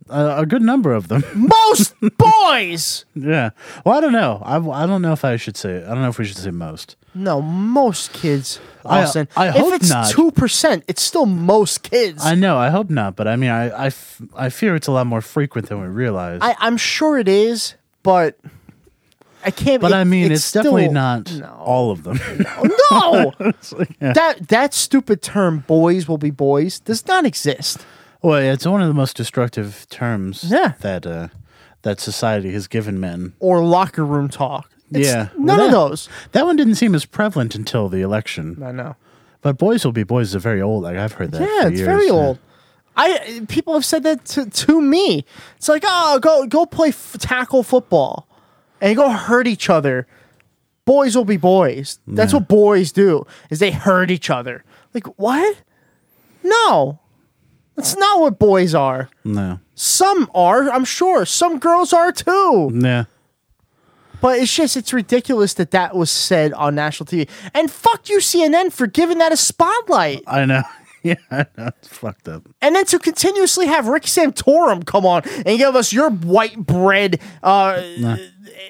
S4: Uh, a good number of them.
S1: Most boys.
S4: Yeah. Well, I don't know. I, I don't know if I should say. I don't know if we should say most.
S1: No, most kids.
S4: I-
S1: Austin.
S4: I
S1: if
S4: hope
S1: it's
S4: not.
S1: two percent, it's still most kids.
S4: I know. I hope not. But I mean, I I f- I fear it's a lot more frequent than we realize.
S1: I, I'm sure it is, but I can't.
S4: but
S1: it-
S4: I mean, it's, definitely
S1: still-
S4: not all of them.
S1: No, No,
S4: yeah.
S1: that that stupid term "boys will be boys" does not exist.
S4: Well, it's one of the most destructive terms
S1: Yeah.
S4: that uh, that society has given men.
S1: Or locker room talk. It's
S4: yeah,
S1: none
S4: Well,
S1: of
S4: that-
S1: those.
S4: That one didn't seem as prevalent until the election.
S1: I know.
S4: But boys will be boys is a very old. Like I've heard that.
S1: Yeah,
S4: for
S1: it's
S4: years,
S1: very
S4: yeah.
S1: old. I people have said that to, to me. It's like, oh, go go play f- tackle football, and go hurt each other. Boys will be boys. That's
S4: Yeah.
S1: what boys do. Is they hurt each other. Like what? No, that's not what boys are.
S4: No.
S1: Some are, I'm sure. Some girls are too.
S4: Yeah.
S1: But it's just it's ridiculous that that was said on national TV. And fuck you, CNN, for giving that a spotlight.
S4: I know. yeah, I know. It's fucked up.
S1: And then to continuously have Rick Santorum come on and give us your white bread uh,
S4: No.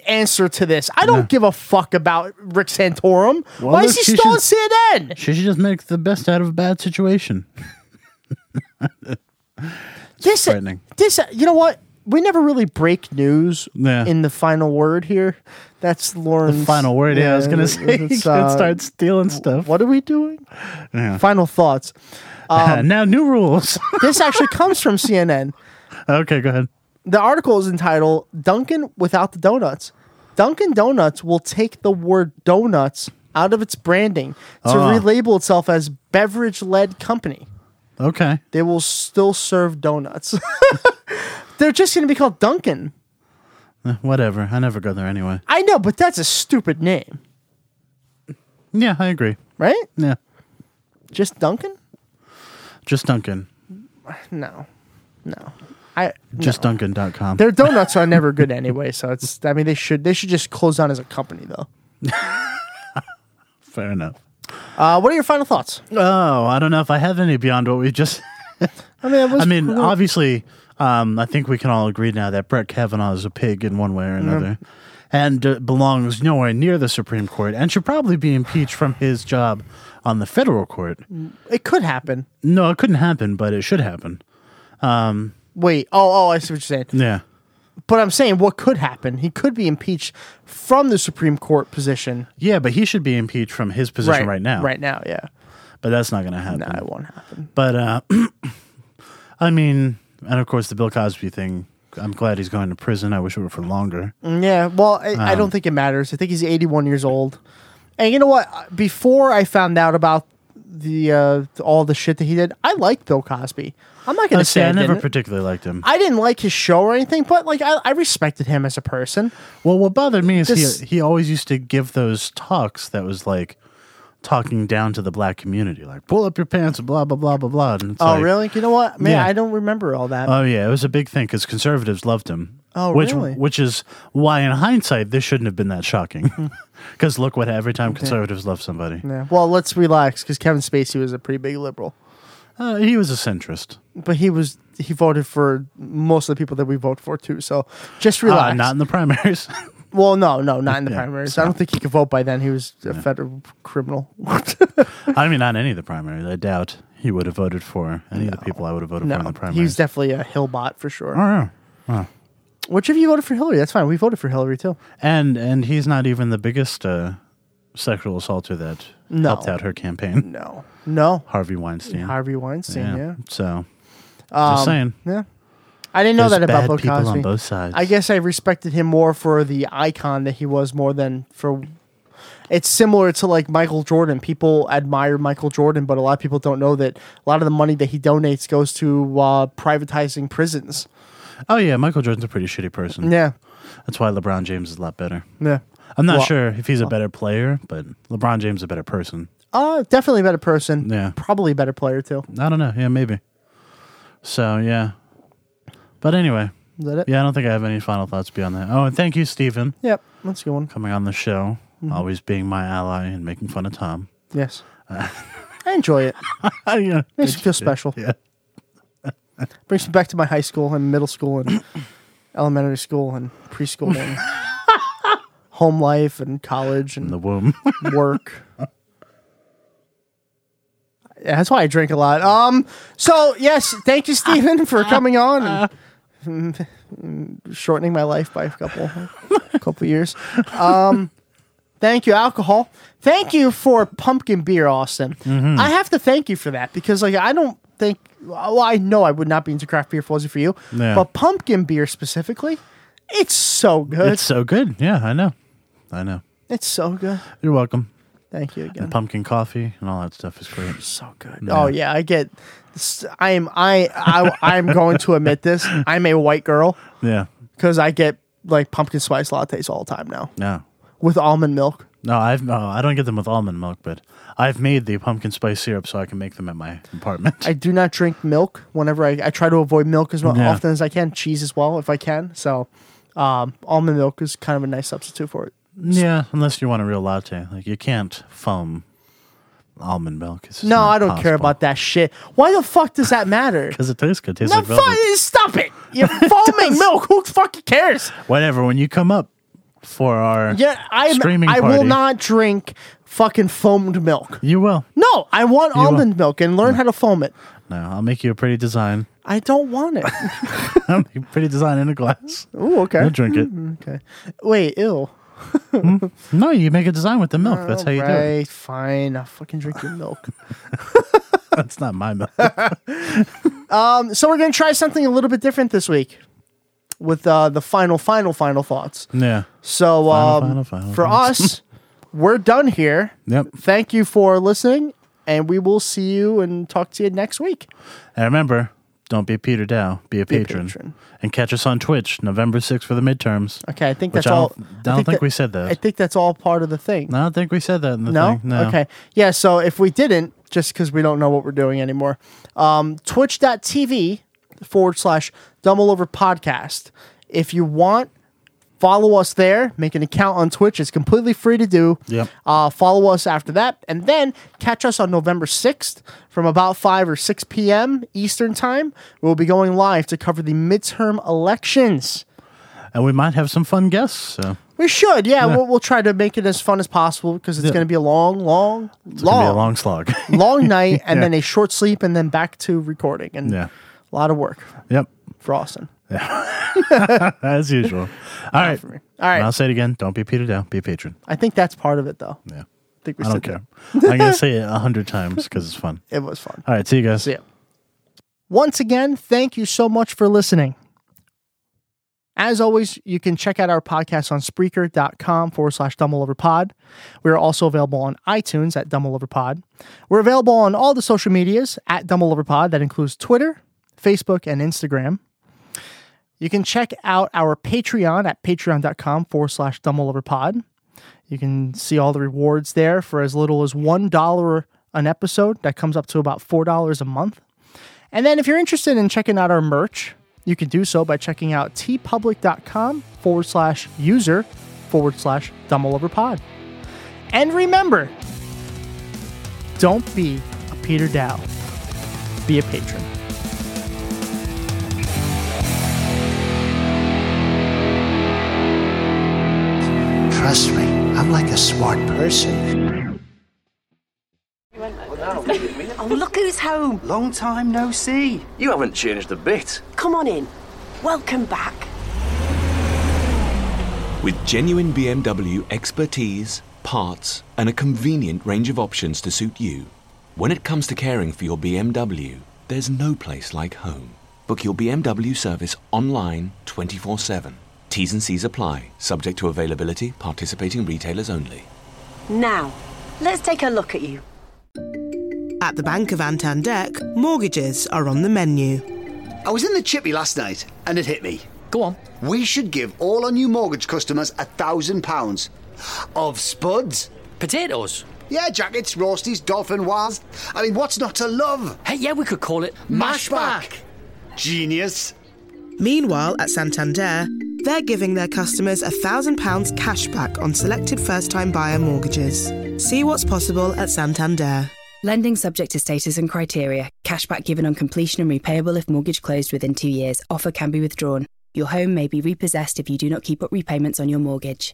S1: answer to this. I don't give a fuck about Rick Santorum.
S4: Well,
S1: Why
S4: look,
S1: is he
S4: she
S1: still
S4: should-
S1: on CNN?
S4: She should just make the best out of a bad situation.
S1: This,
S4: frightening.
S1: this, you know what? We never really break news
S4: Yeah.
S1: in the final word here. That's Lauren's
S4: Final word. Yeah, I was gonna say you
S1: it's,
S4: could
S1: uh,
S4: start stealing stuff.
S1: What are we doing?
S4: Yeah.
S1: Final thoughts.
S4: Ah,
S1: um,
S4: now new rules.
S1: this actually comes from CNN.
S4: Okay, go ahead.
S1: The article is entitled Dunkin' Without the Donuts. Dunkin' Donuts will take the word donuts out of its branding to
S4: Ah.
S1: relabel itself as beverage led company.
S4: Okay.
S1: They will still serve donuts. They're just going to be called Dunkin'.
S4: Uh, Whatever. I never go there anyway.
S1: I know, but that's a stupid name,
S4: Yeah, I agree.
S1: right?
S4: Yeah.
S1: Just Dunkin'?
S4: Just Duncan.
S1: No. No. I
S4: Just Duncan.com.
S1: Their donuts are never good anyway, so it's I mean they should they should just close down as a company though.
S4: Fair enough.
S1: Uh, what are your final thoughts?
S4: Oh, I don't know if I have any beyond what we just.
S1: I mean, it was
S4: I mean,
S1: cool.
S4: obviously, um, I think we can all agree now that Brett Kavanaugh is a pig in one way or another, and uh, belongs nowhere near the Supreme Court, and should probably be impeached from his job on the federal court.
S1: it could happen.
S4: No, it couldn't happen, but it should happen. Um,
S1: Wait, oh, oh, I see what you're saying.
S4: yeah,
S1: But I'm saying what could happen. He could be impeached from the Supreme Court position.
S4: yeah, but he should be impeached from his position right, now.
S1: Right now, yeah.
S4: but that's not going to happen. No,
S1: it won't happen.
S4: But uh, I mean, and of course, the Bill Cosby thing. I'm glad he's going to prison. I wish it were for longer.
S1: Mm, Yeah, well, I, I
S4: Um,
S1: don't think it matters. I think he's 81 years old. And you know what? Uh, Before I found out about the uh, all the shit that he did, I liked Bill Cosby. I'm not going
S4: I
S1: to say
S4: I
S1: I
S4: never
S1: didn't.
S4: particularly liked him.
S1: I didn't like his show or anything, but like I, I respected him as a person.
S4: Well, what bothered me is
S1: This-
S4: he he always used to give those talks that was like talking down to the black community, like pull up your pants, blah blah blah blah blah. And it's
S1: oh,
S4: like-
S1: really? You know what? Man,
S4: Yeah.
S1: I don't remember all that.
S4: Oh yeah, it was a big thing because conservatives loved him.
S1: Oh,
S4: which,
S1: really?
S4: Which is why, in hindsight, this shouldn't have been that shocking. Because look what every time conservatives love somebody,
S1: Hmm. yeah. Well, let's relax because Kevin Spacey was a pretty big liberal.
S4: uh, he was a centrist.
S1: but he was he voted for most of the people that we vote for too. So just
S4: Uh,
S1: relax.
S4: not in the primaries.
S1: well, no, no, not in the
S4: Yeah,
S1: primaries. I don't think he could vote by then. He was a
S4: Yeah.
S1: federal criminal.
S4: I mean, not any of the primaries. I doubt he would have voted for any of the people I would have voted for in
S1: no,
S4: the primaries.
S1: he was definitely a Hillbot for sure.
S4: Oh, yeah. Oh.
S1: Which of you voted for Hillary? That's fine. We voted for Hillary too.
S4: And and he's not even the biggest uh, sexual assaulter that
S1: No.
S4: helped out her campaign.
S1: No, no,
S4: Harvey Weinstein.
S1: Harvey Weinstein. Yeah,
S4: So
S1: Um,
S4: just saying.
S1: Yeah. I didn't know
S4: There's
S1: that about
S4: bad
S1: Bill
S4: people on
S1: Cosby.
S4: both sides.
S1: I guess I respected him more for the icon that he was more than for. It's similar to like Michael Jordan. People admire Michael Jordan, but a lot of people don't know that a lot of the money that he donates goes to uh, privatizing prisons.
S4: Oh yeah, Michael Jordan's a pretty shitty person.
S1: Yeah.
S4: That's why LeBron James is a lot better.
S1: Yeah.
S4: I'm not
S1: Well-
S4: sure if he's a better player, but LeBron James is a better person.
S1: Uh, definitely a better person.
S4: Yeah.
S1: Probably a better player too.
S4: I don't know. Yeah, maybe. So yeah. But anyway.
S1: Is that it?
S4: Yeah, I don't think I have any final thoughts beyond that. Oh, and thank you, Stephen,
S1: Yep. That's a good one.
S4: coming on the show,
S1: Mhm.
S4: always being my ally and making fun of Tom.
S1: Yes.
S4: Uh.
S1: I enjoy it.
S4: Oh, yeah.
S1: Makes me feel special.
S4: Yeah.
S1: Brings me back to my high school and middle school and elementary school and preschool and home life and college and
S4: the womb.
S1: work. Yeah, that's why I drink a lot. Um, so yes, thank you, Stephen, for coming on and mm, shortening my life by a couple, couple years. Um, Thank you, alcohol. Thank you for pumpkin beer, Austin.
S4: Mm-hmm.
S16: Mhm.
S1: I have to thank you for that because, like, I don't think. Well, I know I would not be into craft beer if it wasn't for you.
S4: Yeah.
S1: But pumpkin beer specifically, it's so good.
S4: It's so good. Yeah, I know. I know.
S1: It's so good.
S4: You're welcome.
S1: Thank you again.
S4: And pumpkin coffee and all that stuff is great. So
S1: good. Oh yeah, I get. This, I am. I. I. I'm going to admit this. I'm a white girl
S4: Yeah.
S1: because I get like pumpkin spice lattes all the time now
S4: No.
S1: with almond milk.
S4: No, I've no, I don't get them with almond milk, but I've made the pumpkin spice syrup so I can make them at my apartment.
S1: I do not drink milk whenever I, I try to avoid milk as well,
S4: Yeah.
S1: often as I can, cheese as well if I can. So um, almond milk is kind of a nice substitute for it.
S4: Yeah, unless you want a real latte. Like you can't foam almond milk. It's
S1: no, I don't care about that shit. Why the fuck does that matter?
S4: because it tastes good. It tastes
S1: No,
S4: like velvet.
S1: fu- stop it. You're foaming milk. Who fucking cares?
S4: Whatever. When you come up for our
S1: Yeah, I am,
S4: streaming
S1: I
S4: party,
S1: will not drink fucking foamed milk.
S4: You will.
S1: No, I want
S4: You Mm. will.
S1: almond milk and learn how to foam it.
S4: No, I'll make you a pretty design.
S1: I don't want it.
S4: I'll make a pretty design in a glass.
S1: Oh, okay.
S4: You'll drink it.
S1: Okay. Wait, ill.
S4: No, you make a design with the milk. That's how you do it.
S1: Fine, I'll fucking drink your milk.
S4: That's not my milk.
S1: um, so we're gonna try something a little bit different this week with uh, the final, final, final thoughts.
S4: Yeah.
S1: So um,
S4: final, final
S1: for
S4: thoughts.
S1: us, we're done here.
S4: Yep.
S1: Thank you for listening, and we will see you and talk to you next week.
S4: And remember, don't be Peter Dow, be a
S1: Be a
S4: patron. And catch us on Twitch November 6th for the midterms.
S1: Okay, I think
S4: Which
S1: that's
S4: I
S1: all.
S4: don't- I don't think
S1: that-
S4: we said that.
S1: I think that's all part of the thing.
S4: No, I think we said that in the
S1: No?
S4: thing. No.
S1: Okay. Yeah. So if we didn't, just because we don't know what we're doing anymore, um, twitch.tv forward slash Dumble Over Podcast. If you want, follow us there. Make an account on Twitch. It's completely free to do.
S4: Yep.
S1: Uh, follow us after that. And then catch us on November 6th from about 5 or 6 p.m. Eastern Time. We'll be going live to cover the midterm elections.
S4: And we might have some fun guests. So
S1: We should, yeah.
S4: Yeah.
S1: We'll, we'll try to make it as fun as possible because it's
S4: Yeah.
S1: going to be a long, long,
S4: it's going to be a
S1: long,
S4: long slog.
S1: long night, and
S4: Yeah.
S1: then a short sleep, and then back to recording, and
S4: Yeah.
S1: a lot of work
S4: yep.
S1: for Austin.
S4: As usual. All right. All
S1: right.
S4: I'll say it again. Don't be Peter Dow, be a patron.
S1: I think that's part of it, though. Yeah, I think we
S4: I don't
S1: said
S4: care. I'm
S1: that.
S4: going to say it a hundred times because it's fun.
S1: It was fun.
S4: All right. See you guys.
S1: See ya. Once again, thank you so much for listening. As always, you can check out our podcast on Spreaker.com forward slash Pod. We are also available on iTunes at Pod. We're available on all the social medias at Pod. That includes Twitter, Facebook, and Instagram. You can check out our Patreon at patreon.com forward slash Pod. You can see all the rewards there for as little as $1 an episode. That comes up to about $4 a month. And then if you're interested in checking out our merch, you can do so by checking out tpublic.com forward slash user forward slash pod. And remember, don't be a Peter Dow. Be a patron.
S8: Trust me, I'm like a smart person.
S17: Oh, look who's home.
S18: Long time no see. You haven't changed a bit.
S17: Come on in. Welcome back.
S19: With genuine BMW expertise, parts, and a convenient range of options to suit you. When it comes to caring for your BMW, there's no place like home. Book your BMW service online 24 7. T's and C's apply, subject to availability, participating retailers only.
S17: Now, let's take a look at you.
S7: At the Bank of Antandek, mortgages are on the menu.
S8: I was in the chippy last night and it hit me. Go on. We should give all our new mortgage customers a thousand pounds of spuds. Potatoes. Yeah, jackets, roasties, dolphin wars. I mean, what's not to love? Hey, yeah, we could call it Mashback. Genius.
S7: Meanwhile, at Santander, they're giving their customers £1,000 cash back on selected first time buyer mortgages. See what's possible at Santander.
S9: Lending subject to status and criteria. Cashback given on completion and repayable if mortgage closed within two years. Offer can be withdrawn. Your home may be repossessed if you do not keep up repayments on your mortgage.